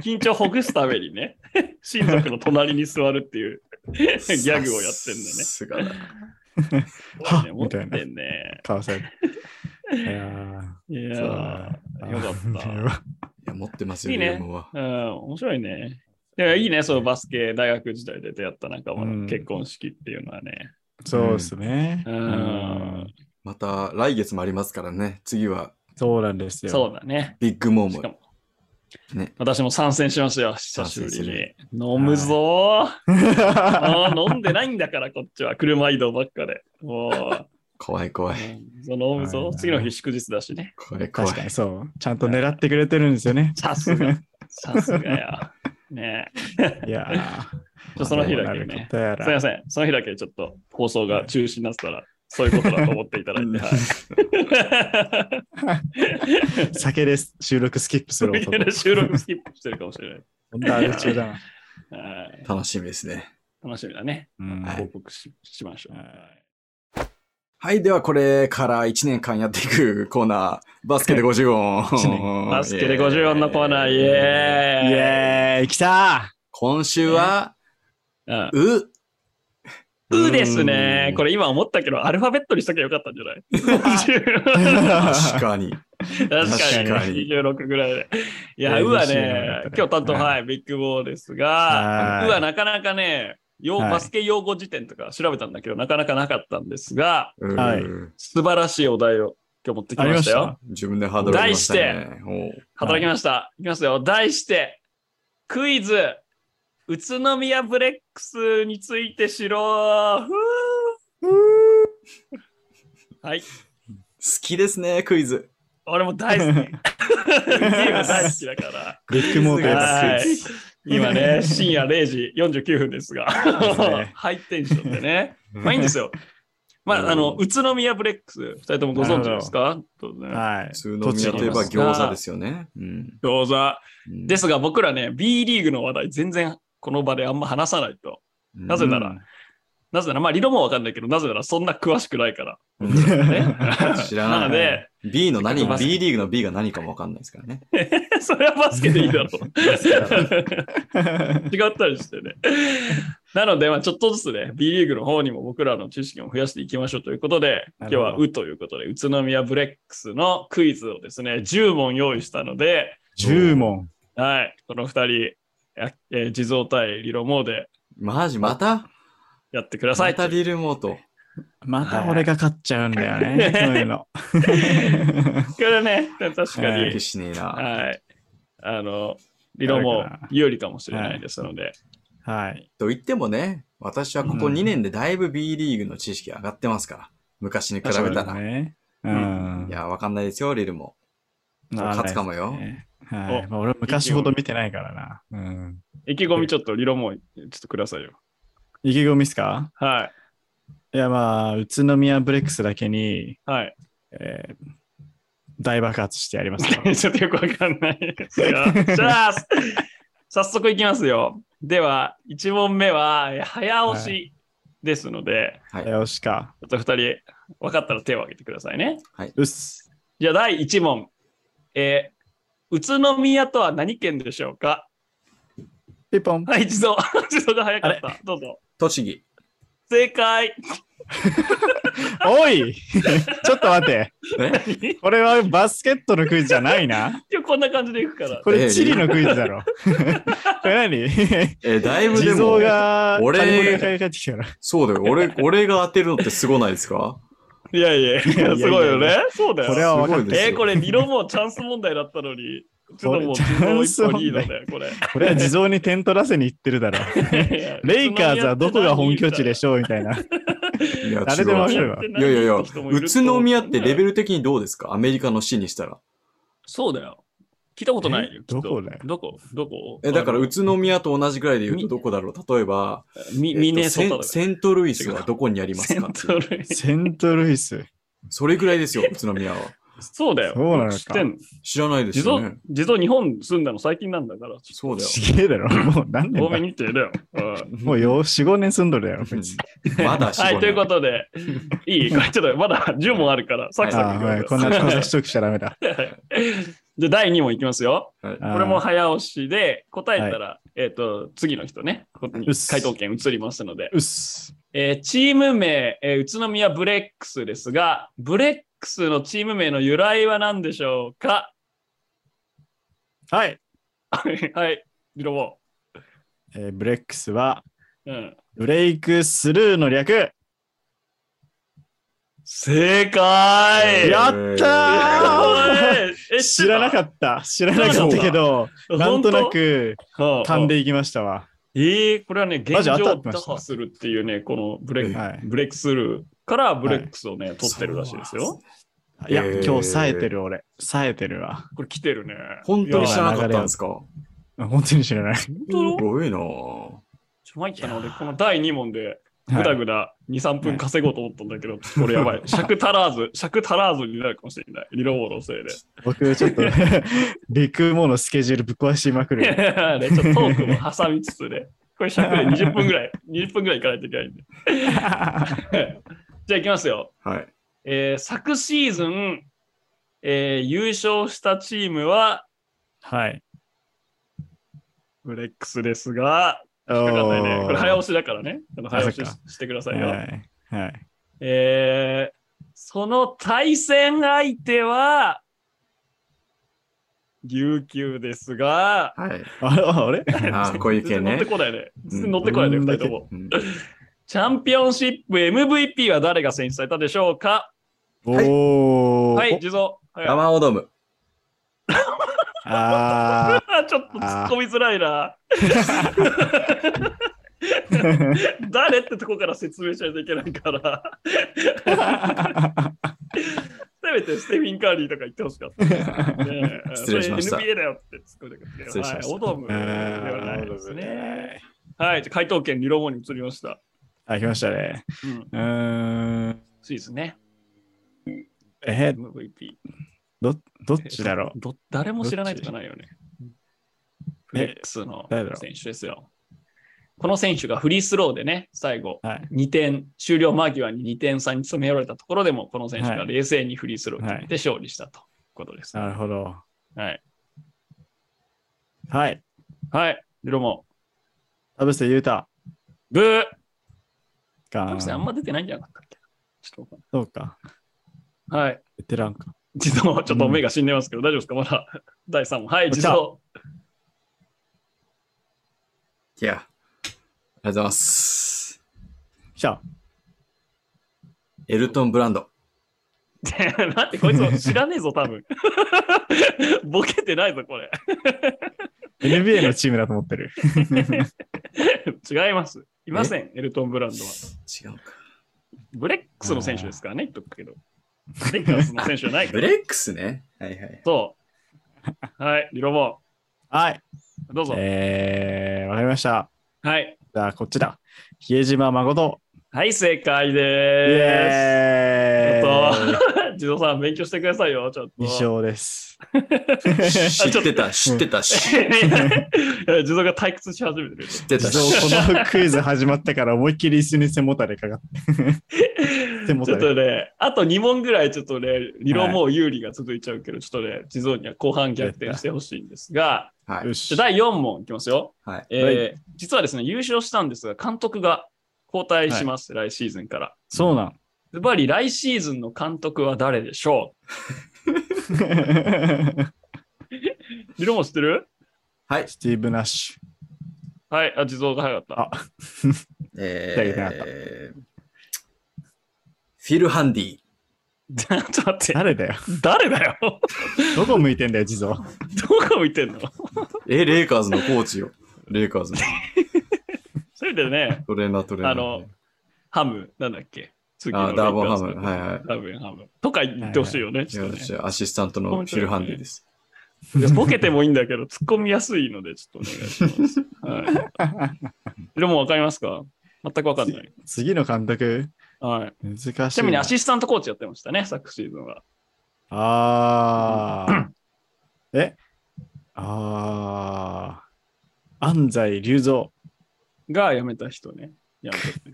Speaker 2: 緊張ほぐすためにね、親族の隣に座るっ
Speaker 3: [LAUGHS]
Speaker 2: ていう
Speaker 1: [LAUGHS]
Speaker 2: ギャグをやってんだね。
Speaker 1: さすがだ。
Speaker 3: はっ
Speaker 2: 持って
Speaker 3: みた
Speaker 2: んね。
Speaker 3: 顔された。い
Speaker 2: [LAUGHS]
Speaker 3: や
Speaker 2: い
Speaker 3: ー
Speaker 2: や
Speaker 3: そう
Speaker 2: ーよかった
Speaker 3: あれはい
Speaker 1: や、持ってますよ、
Speaker 2: いいね
Speaker 1: ルルモは。
Speaker 2: うん、面白いね。いやいいね、そのバスケ大学時代で出会った仲間の結婚式っていうのはね。
Speaker 3: [LAUGHS] そうですね。
Speaker 2: うん
Speaker 3: うん
Speaker 1: また来月もありますからね、次は
Speaker 3: そうなんですよ。
Speaker 2: そうだね。
Speaker 1: ビッグモー
Speaker 2: しか
Speaker 1: も。
Speaker 2: も、
Speaker 1: ね
Speaker 2: 私も参戦しましたよ、久しぶ
Speaker 1: 参戦
Speaker 2: りに。飲むぞー、あー飲んでないんだから、こっちは。車移動ばっかで。もう、
Speaker 1: 怖い怖い。
Speaker 2: そう飲
Speaker 3: は
Speaker 2: む
Speaker 3: い
Speaker 2: ぞ
Speaker 3: は。い
Speaker 2: 次の日祝日だしね。
Speaker 1: 怖い怖
Speaker 3: [LAUGHS] 確かに
Speaker 1: い。
Speaker 3: そう。ちゃんと狙ってくれてるんですよね。
Speaker 2: さすが。さすがや。
Speaker 3: [LAUGHS]
Speaker 2: ね
Speaker 3: いやー
Speaker 2: え。ちょその日だ
Speaker 3: な
Speaker 2: け
Speaker 3: る
Speaker 2: ね
Speaker 3: こ。とや
Speaker 2: すみ
Speaker 3: ら
Speaker 2: ません。その日だけちょっと放送が中止になってたら、そういうことだと思っていただい
Speaker 3: [LAUGHS]
Speaker 2: て。はい
Speaker 3: 酒です。収録スキップする
Speaker 2: みん
Speaker 3: 男
Speaker 2: な。収録スキップしてるかもしれない
Speaker 3: 本当あれ中だな。
Speaker 2: はい。
Speaker 1: 楽しみですね。
Speaker 2: 楽しみだね。
Speaker 3: うん
Speaker 2: 報告ししましょう。
Speaker 3: はい
Speaker 1: はい、ではこれから1年間やっていくコーナー、バスケで50
Speaker 3: 一
Speaker 1: 音。
Speaker 3: 年
Speaker 2: [LAUGHS] バスケで50音のコーナー、イ
Speaker 3: イ
Speaker 2: エ
Speaker 3: エーイ来た
Speaker 1: 今週は、
Speaker 2: ーイ
Speaker 1: う、
Speaker 2: うん。うですね
Speaker 3: うん。
Speaker 2: これ今思ったけど、アルファベットにしときゃよかったんじゃない
Speaker 1: 確
Speaker 3: [LAUGHS]
Speaker 1: かに。
Speaker 2: 確かに
Speaker 1: 確かに
Speaker 2: 26ぐらいで。いや、
Speaker 3: えー
Speaker 2: うは
Speaker 3: 嬉しいな
Speaker 2: ね、今日担当、
Speaker 3: はい
Speaker 2: はい、ビッグボーですが、うは
Speaker 3: は
Speaker 2: なかなかね、用
Speaker 3: はい
Speaker 2: バスケ用語辞典とか調べたんだけど、なかなかなかったんですが、
Speaker 1: うん
Speaker 3: はい
Speaker 2: 素晴らしいお題を今日持ってきましたよ。
Speaker 1: 自分でハードル上げましたね。おう
Speaker 2: 働きました。いきますよ。題して、クイズ、宇都宮ブレックスについてしろ。ふうはい。
Speaker 1: 好きですね、クイズ。
Speaker 2: 俺も大好き。 [LAUGHS] ゲーム大好きだから。
Speaker 3: ビッグモーター
Speaker 2: は
Speaker 3: が
Speaker 2: い。今ね、深夜0時49分ですが
Speaker 3: ですね、
Speaker 1: [LAUGHS]
Speaker 2: ハイテンションでね。まあいいんですよ。ま
Speaker 1: うん
Speaker 2: あ、あの、宇都宮ブレックス、2人ともご存知ですか当然
Speaker 3: はい。
Speaker 1: 宇都宮といえば
Speaker 2: 栃木
Speaker 1: 餃子ですよね。うん
Speaker 2: 餃子。
Speaker 1: うん
Speaker 2: ですが、僕らね、B リーグの話題、全然この場であんま話さないと。なぜなら、なぜなら、まあ、理論もわかんないけど、なぜなら、そんな詳しくないから。ね
Speaker 1: [LAUGHS] 知らない
Speaker 2: なので、 [LAUGHS]
Speaker 1: B の何
Speaker 2: せっかくバスケ
Speaker 1: B リーグの B が何かもわかんないですからね。
Speaker 2: それはバスケでいいだ
Speaker 1: [LAUGHS]
Speaker 2: ろ
Speaker 3: は
Speaker 2: う。違ったりしてね。 [LAUGHS] なので、まあ、ちょっとずつね、B リーグの方にも僕らの知識を増やしていきましょうということで、今日
Speaker 3: な
Speaker 2: は
Speaker 3: るほど
Speaker 2: うということで、宇都宮ブレックスのクイズをですね、10問用意したので、
Speaker 3: 10問。
Speaker 2: はい、この2人、あえー地蔵対リロモーで
Speaker 1: マジ、また
Speaker 2: やってくださ
Speaker 1: ま
Speaker 2: いと
Speaker 1: たリルモート。
Speaker 3: また俺が勝っちゃうんだよね。そういうの。
Speaker 2: これね、確か
Speaker 3: は
Speaker 2: に
Speaker 1: 激、しねえな。
Speaker 2: はい。あの、理論も有利かもしれないですので、
Speaker 3: はい。
Speaker 1: と言ってもね、私はここ
Speaker 3: うん
Speaker 1: 2年でだいぶ B リーグの知識上がってますから。昔に比べた
Speaker 3: そうだ
Speaker 1: ら。
Speaker 3: ね。う
Speaker 1: い
Speaker 3: ん。
Speaker 1: や、わかんないですよ、リルも。勝つかもよ。
Speaker 3: はい。まあ俺は昔ほど見てないからな。うん。
Speaker 2: 意気込みちょっと理論もちょっとくださいよ。
Speaker 3: 意気込みっすか
Speaker 2: はい
Speaker 3: やまあ、宇都宮ブレックスだけに、
Speaker 2: い。はい。
Speaker 3: えー大爆発してや
Speaker 1: [LAUGHS]
Speaker 3: りますから。
Speaker 2: [LAUGHS] ちょっとよくわかんないですが。じゃあ、早速いきますよ。では、1問目は、え早押
Speaker 3: は
Speaker 2: しですので、
Speaker 1: はい。
Speaker 3: よしか。
Speaker 2: ちょっと2人、分かったら手を挙げてくださいね。
Speaker 3: うっす。
Speaker 2: じゃあ、第1問。えー宇都宮とは何県でしょうか
Speaker 3: ピンポン。
Speaker 2: はい、地 [LAUGHS] 蔵。地蔵が早かった。どうぞ。
Speaker 1: 栃木。
Speaker 2: 正解。
Speaker 3: おい [LAUGHS] ちょっと待って。これはバスケットのクイズじゃないな。
Speaker 2: 今日こんな感じでいくから。
Speaker 3: これ地理のクイズだろ。
Speaker 1: [LAUGHS]
Speaker 3: これ何
Speaker 1: え、だいぶ
Speaker 3: 地
Speaker 1: でも
Speaker 3: 蔵、が、
Speaker 1: 俺
Speaker 3: カリフォルニアから帰ってきたから。
Speaker 1: そうだよ。俺、
Speaker 3: [LAUGHS]
Speaker 1: 俺が当てるのってすごないですか
Speaker 2: いやいや、す
Speaker 3: や
Speaker 2: ごいよね。そうだ
Speaker 3: これ
Speaker 2: よ。
Speaker 3: は分かっ
Speaker 1: すごい
Speaker 3: て
Speaker 1: ですよ
Speaker 2: えー、これ、理論もチャンス問題だったのに、ちょっとも
Speaker 3: これ
Speaker 2: う、
Speaker 3: チャンス問題
Speaker 2: いいのね、これ。
Speaker 3: これは地蔵に点取らせに行ってる
Speaker 1: [LAUGHS]
Speaker 3: だろ。 [LAUGHS] レイカーズはどこが本拠地で
Speaker 2: し
Speaker 3: しょうみたいな。
Speaker 1: いや、
Speaker 3: 誰でもわか
Speaker 1: 違う
Speaker 3: る
Speaker 1: わ
Speaker 3: わ。
Speaker 1: いやいやいや、宇都宮ってレベル的にどうですかアメリカの市にしたら。
Speaker 2: そうだよ。聞いたことないよ。
Speaker 3: えどこだよ
Speaker 2: どこどこ
Speaker 1: え、だから宇都宮と同じぐらいで言うと
Speaker 2: み
Speaker 1: どこだろう例えば、
Speaker 2: ミ
Speaker 1: えっと
Speaker 2: ミネソ
Speaker 1: セ
Speaker 2: タだ
Speaker 1: ン
Speaker 2: か
Speaker 1: セントルイスはどこにあり
Speaker 2: ら
Speaker 1: ます
Speaker 2: セ
Speaker 1: か
Speaker 2: ントルイス
Speaker 3: セントルイス。
Speaker 1: それぐらいですよ、宇都宮は。
Speaker 2: そうだよ。
Speaker 3: そうなのか
Speaker 2: 知ってんの
Speaker 1: 知らないです
Speaker 2: 地
Speaker 1: よ
Speaker 2: 蔵
Speaker 1: ね。、
Speaker 2: 地蔵日本住んだの最近なんだから。
Speaker 1: そうだよ。
Speaker 3: ちげえだ
Speaker 2: [LAUGHS]
Speaker 3: ろ。もう何年
Speaker 2: 多
Speaker 3: だ
Speaker 2: めにってだよ。うん
Speaker 3: もうよ4、5年住んどるだよ。別に
Speaker 1: まだ。
Speaker 2: はい、ということと
Speaker 1: [LAUGHS]
Speaker 2: で、いいこれちょっとまだ10問あるから、サク
Speaker 3: あ
Speaker 2: サク
Speaker 3: あ、
Speaker 2: い
Speaker 3: はい、
Speaker 2: き
Speaker 3: こん
Speaker 2: ま
Speaker 3: な
Speaker 2: す
Speaker 3: こんなしときちゃダメ
Speaker 2: [LAUGHS]
Speaker 3: だ。
Speaker 2: で、第2問いきますよ。
Speaker 3: こ
Speaker 2: これも早押しで、答えたら、えっ、と、次の人ね、こ
Speaker 3: うっす
Speaker 2: 回答権移りますので、
Speaker 3: うっす。
Speaker 2: えーチーム名、えー宇都宮ブレックスですが、ブレックスのチーム名の由来は何でしょうか [LAUGHS]
Speaker 3: はい、
Speaker 2: はい、リロボ。
Speaker 3: えーブレックスは、
Speaker 2: うん、
Speaker 3: ブレイクスルーの略。
Speaker 2: 正解
Speaker 3: やった
Speaker 1: [LAUGHS]
Speaker 3: ー
Speaker 2: おい
Speaker 3: [LAUGHS]
Speaker 2: え
Speaker 3: 知らなか
Speaker 2: っ
Speaker 3: った。知らなかったけど、
Speaker 2: た
Speaker 3: なんとな、く
Speaker 2: 本当
Speaker 3: 噛んでいきましたわ。
Speaker 2: ええこれはね、現
Speaker 3: マジ
Speaker 2: 状
Speaker 3: 当た
Speaker 2: を
Speaker 3: ってま
Speaker 2: 打
Speaker 3: した
Speaker 2: 破するっていうね、このブレ,、
Speaker 3: はい
Speaker 2: ブレイクスルーからブレックスをね、取ってるらしいです
Speaker 1: そう
Speaker 2: よ。
Speaker 3: いや、
Speaker 1: えー
Speaker 3: 今日冴えてる俺。冴えてるわ。
Speaker 2: これ来てるね。
Speaker 1: 本当に
Speaker 2: い
Speaker 1: 知
Speaker 2: や
Speaker 1: らなかったんですか
Speaker 3: 本当に知ら
Speaker 2: [LAUGHS]
Speaker 3: ない。
Speaker 2: 本
Speaker 1: す
Speaker 2: 当
Speaker 1: ごいなぁ。
Speaker 2: ちょ、参ったな、
Speaker 3: いやー
Speaker 2: 俺、この第2問で、
Speaker 3: は
Speaker 2: ぐ
Speaker 3: い
Speaker 2: だぐだ2、3分稼ごうと思ったんだけど、これ
Speaker 3: [LAUGHS]
Speaker 2: やばい。尺足らず、尺足らずになるかもしれない。リロードの
Speaker 3: [LAUGHS]
Speaker 2: せいで。
Speaker 3: 僕、
Speaker 2: [LAUGHS]
Speaker 3: ちょっと、ビッグモーのスケジュールぶっ壊しまくる。
Speaker 2: ねちょっとトークも挟みつつね。ここれ尺で20分ぐらい、20分ぐらいいかないといけないんで。じゃあいきますよ。
Speaker 1: はい。
Speaker 2: えー昨シーズン、えー優勝したチームは
Speaker 3: はい。
Speaker 2: ブレックスですが、
Speaker 3: お
Speaker 2: 引っかかんないね
Speaker 3: ー
Speaker 2: これ早押しだからね。あの
Speaker 3: あ
Speaker 2: 早
Speaker 3: そ
Speaker 2: 押
Speaker 3: っか
Speaker 2: ししてくださいよ。
Speaker 3: はい。はい。
Speaker 2: えーその対戦相手は、琉球ですが、
Speaker 1: はい。
Speaker 3: あれあれ
Speaker 1: あ
Speaker 2: [LAUGHS]
Speaker 1: あ、こういう系
Speaker 2: 全然乗っ
Speaker 1: ね
Speaker 2: て。こないね。全然乗って
Speaker 1: うん
Speaker 2: こないね、
Speaker 3: う
Speaker 2: 二
Speaker 3: ん
Speaker 2: 人とも。
Speaker 1: うん
Speaker 2: チャンピオンシップ MVP は誰が選出されたでしょうか
Speaker 1: い
Speaker 3: おー。
Speaker 2: はい、地蔵。はい
Speaker 1: ラマオドーム。
Speaker 3: あ
Speaker 2: あちょっと突っ込みづらいな。 [LAUGHS]
Speaker 3: [LAUGHS]
Speaker 2: 誰ってとこから説明しないといけないから。
Speaker 3: ー。
Speaker 2: せめてステフィン・カーリーとか言ってほしかったね、ねえ
Speaker 1: [LAUGHS] 失礼しました
Speaker 2: それ NBA だよって突っ込んでくれて
Speaker 1: 失礼しました
Speaker 2: はい、オドムではないですね。。はい、じゃあ回答権、リロモに移りました。
Speaker 3: あ、来ましたね。
Speaker 2: うん、
Speaker 3: うーん。
Speaker 2: そうですね。
Speaker 3: え、
Speaker 2: MVP。
Speaker 3: ど、どっちだろう
Speaker 2: ど誰も知らないとかないよね。フレックスの
Speaker 3: 誰だろう
Speaker 2: 選手ですよ。この選手がフリースローでね、最後、
Speaker 3: はい。
Speaker 2: 2点、終了間際に2点差に詰め寄られたところでも、この選手が
Speaker 3: はい
Speaker 2: 冷静にフリースローを決めて勝利したということです。
Speaker 3: なるほど。
Speaker 2: はい。
Speaker 3: はい。
Speaker 2: はい、リロモ。
Speaker 3: 田臥勇太
Speaker 2: ブー田
Speaker 3: が
Speaker 2: 臥さんあんま出てないんじゃなかったっけちょっとわ
Speaker 3: そうか。
Speaker 2: かんない。はい。
Speaker 3: ベテランか。
Speaker 2: 自動、ちょっと目が死んでますけど、大丈夫ですかまだ第3問。はい、自動。 [LAUGHS]
Speaker 1: いや。ありがとうございます。
Speaker 3: 来た。
Speaker 1: エルトン・ブランド。
Speaker 2: 待って、こいつも知らねえぞ、多
Speaker 3: [LAUGHS]
Speaker 2: 分ボケてないぞ、これ。
Speaker 3: NBA のチームだと思ってる。
Speaker 2: 違います。いません、エルトン・ブランドは。
Speaker 1: 違うか。
Speaker 2: ブレックスの選手ですからね、言っとくけど。ブレックスの選手じゃないか
Speaker 1: ブ
Speaker 3: [LAUGHS]
Speaker 2: ら。
Speaker 1: レックスね。はいはい。
Speaker 2: [LAUGHS] そう。はい、リロボ
Speaker 3: はい。
Speaker 2: ー、どうぞ。
Speaker 3: えー、わかりました。
Speaker 2: はい。
Speaker 3: じゃあ、こっちだ。比江島誠。
Speaker 2: はい、正解
Speaker 3: イ
Speaker 2: で
Speaker 3: エーイ
Speaker 2: す。 [LAUGHS] 自動さん、勉強してくださいよ、ちょっと。
Speaker 3: 二勝です。
Speaker 1: 知
Speaker 2: ちょ
Speaker 1: っ
Speaker 2: っと
Speaker 1: てた、知ってた、知っ
Speaker 2: 自動が退屈し始めてる。
Speaker 1: て
Speaker 3: 実
Speaker 1: た。
Speaker 3: はこのクイズ始まってから思いっきり椅子に背もたれかかって。手元
Speaker 2: ちょ
Speaker 3: で
Speaker 2: っとね、あと2問ぐらいちょっとね、理論もう有利が続いちゃうけど、ちょっとね、地蔵には後半逆転してほしいんですが、
Speaker 1: はい
Speaker 3: よ。
Speaker 2: じ
Speaker 3: し
Speaker 2: ゃあ。第4問いきますよ。
Speaker 1: はい。
Speaker 2: えー実はですね、優勝したんですが、監督が交代します、来シーズンから。
Speaker 3: そうなん。
Speaker 2: ズバリ来シーズンの監督は誰でしょう理論も知ってる
Speaker 1: はい。
Speaker 3: スティーブ・ナッ [LAUGHS] シ
Speaker 2: はい、あ、地蔵が早かった。
Speaker 3: あ
Speaker 1: え
Speaker 3: なかった
Speaker 1: ー、フィル・ハンディ。
Speaker 2: ちょっと
Speaker 3: ュ。
Speaker 2: 待って、
Speaker 3: 誰だよ。
Speaker 2: 誰だよど
Speaker 3: どこ向いてんだよ、地蔵。
Speaker 2: こ見てんの
Speaker 1: え、レイカーズのコーチよ。レイカーズの
Speaker 2: それでね、
Speaker 1: トレーナートレーナー。
Speaker 2: あのハム、なんだっけ次
Speaker 1: あ
Speaker 2: の
Speaker 1: ダーボンハム
Speaker 2: レイカーズの
Speaker 1: はいはい
Speaker 2: ダーボンハム。とか言ってほしいよね。
Speaker 1: い
Speaker 2: ちょ
Speaker 1: や
Speaker 2: っとね
Speaker 1: 私はアシスタントのフィル・ハンディです。
Speaker 2: いやボケてもいいんだけど、突っ込みやすいので、ちょっとお願いします。
Speaker 1: [LAUGHS]
Speaker 2: はい、でもわかりますか全くわかんない。
Speaker 3: 次の監督、
Speaker 2: はい、
Speaker 3: 難しいな。
Speaker 2: ちなみにアシスタントコーチやってましたね、昨シーズンは。
Speaker 3: ああ。えああ。安西隆三。
Speaker 2: が辞めた人ね。辞めた人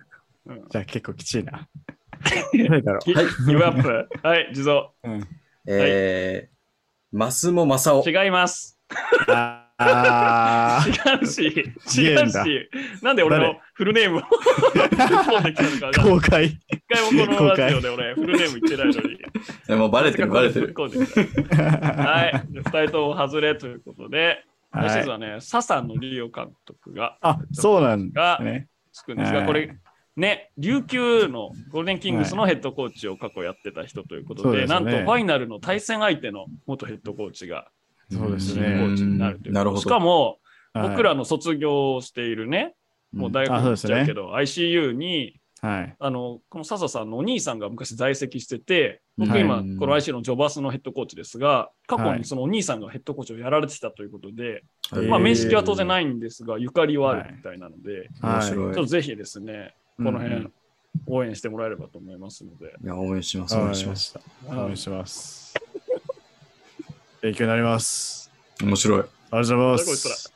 Speaker 2: うん
Speaker 3: じゃあ結構きちいな。誰だろ
Speaker 2: ギギブアップ。はい、地蔵。
Speaker 3: う。うん、
Speaker 1: えー、マスモ・マサオ。
Speaker 2: 違います。
Speaker 3: ああー。
Speaker 2: 違うし、
Speaker 3: 違
Speaker 2: 違
Speaker 3: え
Speaker 2: うん
Speaker 3: だ
Speaker 2: し、なんで俺のフルネームを [LAUGHS] 持ってきたのかわかんない
Speaker 3: 公開。
Speaker 2: 一回もこのラジオで俺、フルネーム言ってないのに。
Speaker 1: えもうバレてる、バレてる。
Speaker 2: 突っ込んできたはい。で二人とも外れということで、今シ
Speaker 3: は
Speaker 2: ーズン
Speaker 3: い、
Speaker 2: はね、ササのリオ監督が
Speaker 3: あ、そうなんだ
Speaker 2: が
Speaker 3: ね。
Speaker 2: つくんですが、
Speaker 3: はい
Speaker 2: これ、ね、琉球のゴールデンキングスのヘッドコーチを過去やってた人ということで、
Speaker 3: そうです
Speaker 2: な
Speaker 3: ね
Speaker 2: んとファイナルの対戦相手の元ヘッドコーチが
Speaker 3: そうです
Speaker 2: ヘッドコ
Speaker 3: ね。
Speaker 2: ーチになるということで
Speaker 1: うんなるほど
Speaker 2: しかも、
Speaker 3: はい
Speaker 2: 僕らの卒業をしているね、もう大学
Speaker 3: あ
Speaker 2: に
Speaker 3: そう
Speaker 2: 行っ
Speaker 3: です
Speaker 2: ち
Speaker 3: ね
Speaker 2: ゃうけど、ICU に、
Speaker 3: はい。
Speaker 2: あの、この笹さんのお兄さんが昔在籍してて、僕
Speaker 3: はい
Speaker 2: 今、この ICU のジョバスのヘッドコーチですが、過去にそのお兄さんがヘッドコーチをやられてたということで、
Speaker 3: はい
Speaker 2: まあ、
Speaker 3: えー
Speaker 2: 面識は当然ないんですが、ゆかりはあるみたいなので、
Speaker 1: 面
Speaker 3: はい
Speaker 1: 白
Speaker 2: ちょっと
Speaker 1: い。
Speaker 2: ぜひですね、この辺、応援してもらえればと思いますので。
Speaker 1: いや、応援します、応
Speaker 3: そう
Speaker 1: 援
Speaker 3: し
Speaker 1: し
Speaker 3: ま
Speaker 1: ます。
Speaker 3: した。お願いします。勉強になります。
Speaker 1: 面白い。
Speaker 3: ありがとうございま
Speaker 2: こいつら
Speaker 3: す。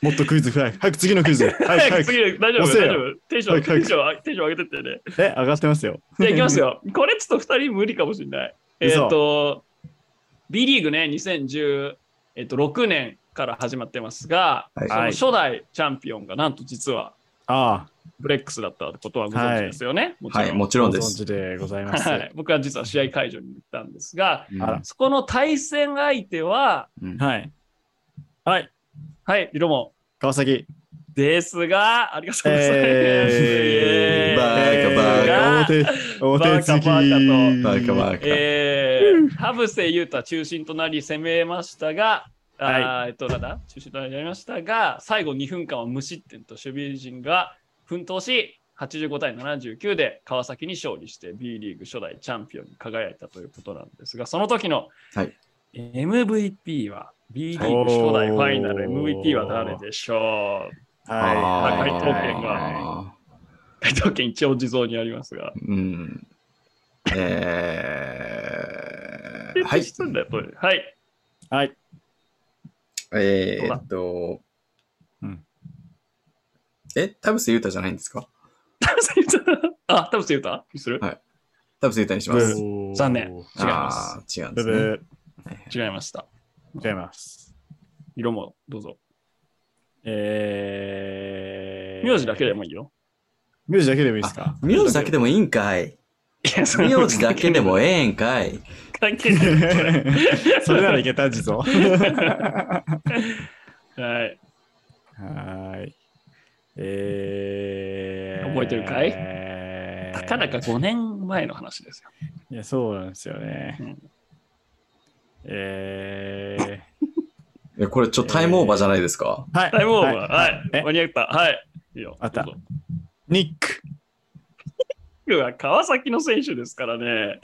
Speaker 3: もっとクイズ早く、早く次のクイズ。早く
Speaker 2: [LAUGHS] 早く
Speaker 3: 早く。
Speaker 2: 次、大丈夫、
Speaker 3: 遅え
Speaker 2: 大
Speaker 3: よ
Speaker 2: 丈夫。テンション、
Speaker 3: 早く
Speaker 2: テ
Speaker 3: 早く
Speaker 2: ンション、テンション上げてってね。
Speaker 3: え、上がってますよ。
Speaker 2: じゃあいきますよ。これちょっと2人無理かもしれない。えっ、
Speaker 3: 嘘
Speaker 2: と、B リーグね、2016、えっと6年から始まってますが、
Speaker 1: はい
Speaker 2: その初代チャンピオンがなんと実は
Speaker 3: あ
Speaker 2: ブレックスだったことはご存知ですよね。もちろん
Speaker 1: はい、もち
Speaker 3: あ、
Speaker 1: ろ
Speaker 3: ご
Speaker 1: んで
Speaker 3: 存
Speaker 1: す。
Speaker 3: 知でございます。
Speaker 2: はい、僕は実は試合会場に行ったんですが、
Speaker 1: うん
Speaker 3: あら
Speaker 2: そこの対戦相手は、
Speaker 1: うん
Speaker 3: はい。はい。
Speaker 2: はい、色も
Speaker 3: 川崎。
Speaker 2: ですが、ありがとうございます。
Speaker 3: え
Speaker 2: [LAUGHS] え
Speaker 3: ー、
Speaker 1: バーカ
Speaker 2: バー
Speaker 3: カ。表、表付き。
Speaker 2: バー
Speaker 1: バーカバ
Speaker 3: ー
Speaker 1: ーカ。
Speaker 2: えー、ハブセユータ中心となり攻めましたが、あーえっと、なんだ中心となりましたが、最後2分間は無失点と守備陣が奮闘し、85対79で川崎に勝利して B リーグ初代チャンピオンに輝いたということなんですが、その時の
Speaker 1: はい
Speaker 2: えー MVP は B リーグ初代ファイナル
Speaker 3: おー
Speaker 2: MVP は誰でしょう [LAUGHS]
Speaker 3: はい。
Speaker 2: 高い条件が
Speaker 1: あ
Speaker 2: 回答権一応地蔵にありますが。
Speaker 1: ーうん。え
Speaker 2: [LAUGHS]
Speaker 1: ー、はい。
Speaker 2: 失礼だよこれはい。 [LAUGHS]
Speaker 3: はい。
Speaker 1: えー、っと、
Speaker 3: うん
Speaker 1: え、田臥勇太じゃないんですか
Speaker 2: 田臥ユータあ、田臥ユータにする
Speaker 1: はい田臥勇太にします。
Speaker 2: 残念
Speaker 3: おー
Speaker 2: 違います。
Speaker 1: す。違うんで
Speaker 3: ブ
Speaker 1: すね。
Speaker 3: ブ
Speaker 2: 違いました。
Speaker 3: ー。違います。
Speaker 2: 色もどうぞ。
Speaker 3: えー。
Speaker 2: 名字だけでもいいよ。
Speaker 3: 名字だけでもいいで
Speaker 1: [LAUGHS]
Speaker 3: すか
Speaker 1: 名字だけでもいいんかい。
Speaker 2: 名
Speaker 1: [LAUGHS] 名字だけでも
Speaker 2: え
Speaker 1: ええんかい。
Speaker 2: [LAUGHS] 関係な
Speaker 3: [LAUGHS]
Speaker 2: い。
Speaker 3: それならいけた地蔵。 [LAUGHS] は
Speaker 2: はい。
Speaker 3: ーい。えー。
Speaker 2: 覚えてるかい
Speaker 3: えー
Speaker 2: たかだか5年前の話ですよ。
Speaker 3: いや、そうなんですよね。
Speaker 2: うん
Speaker 3: えー。
Speaker 1: えこれちょ、タイムオーバーじゃないですか
Speaker 3: はい。
Speaker 2: タイムオー
Speaker 3: はい
Speaker 2: バー。はい。
Speaker 3: え
Speaker 2: 間に合った。はい。いいよ。
Speaker 3: あった
Speaker 2: どうぞ
Speaker 3: ニック。
Speaker 2: 僕は川崎の選手ですからね。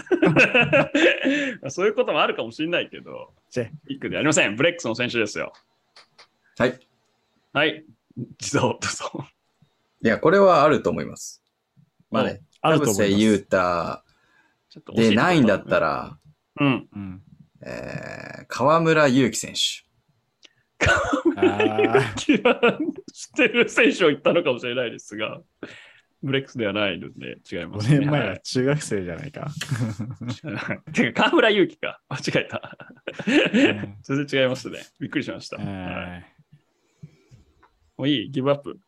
Speaker 2: [LAUGHS] そういうこともあるかもしれないけど、
Speaker 3: チェ
Speaker 2: ビッグではありません。ブレックスの選手ですよ。
Speaker 1: はい。
Speaker 2: はい。自動どうぞ。
Speaker 1: いや、これはあると思います。まあね、
Speaker 3: あ
Speaker 1: 田
Speaker 3: ると思
Speaker 1: 臥
Speaker 3: います。
Speaker 1: 勇太
Speaker 2: ちょっと惜し
Speaker 1: で
Speaker 2: いとこ
Speaker 1: ないんだった。ら、
Speaker 2: うん。
Speaker 3: うん。
Speaker 1: えー、河村勇輝選手。
Speaker 3: あ
Speaker 2: [LAUGHS]
Speaker 3: ー
Speaker 2: 知ってる選手を言ったのかもしれないですが、ブレックスではないので違い
Speaker 3: 5
Speaker 2: ます、ね。
Speaker 3: 年前
Speaker 2: は
Speaker 3: はい中学生じゃないか。
Speaker 2: てか、河村勇輝か。間違えた。
Speaker 3: ん
Speaker 2: 全然違いますね。びっくりしました。
Speaker 3: え
Speaker 2: はい
Speaker 3: ー
Speaker 2: もういいギブアップ。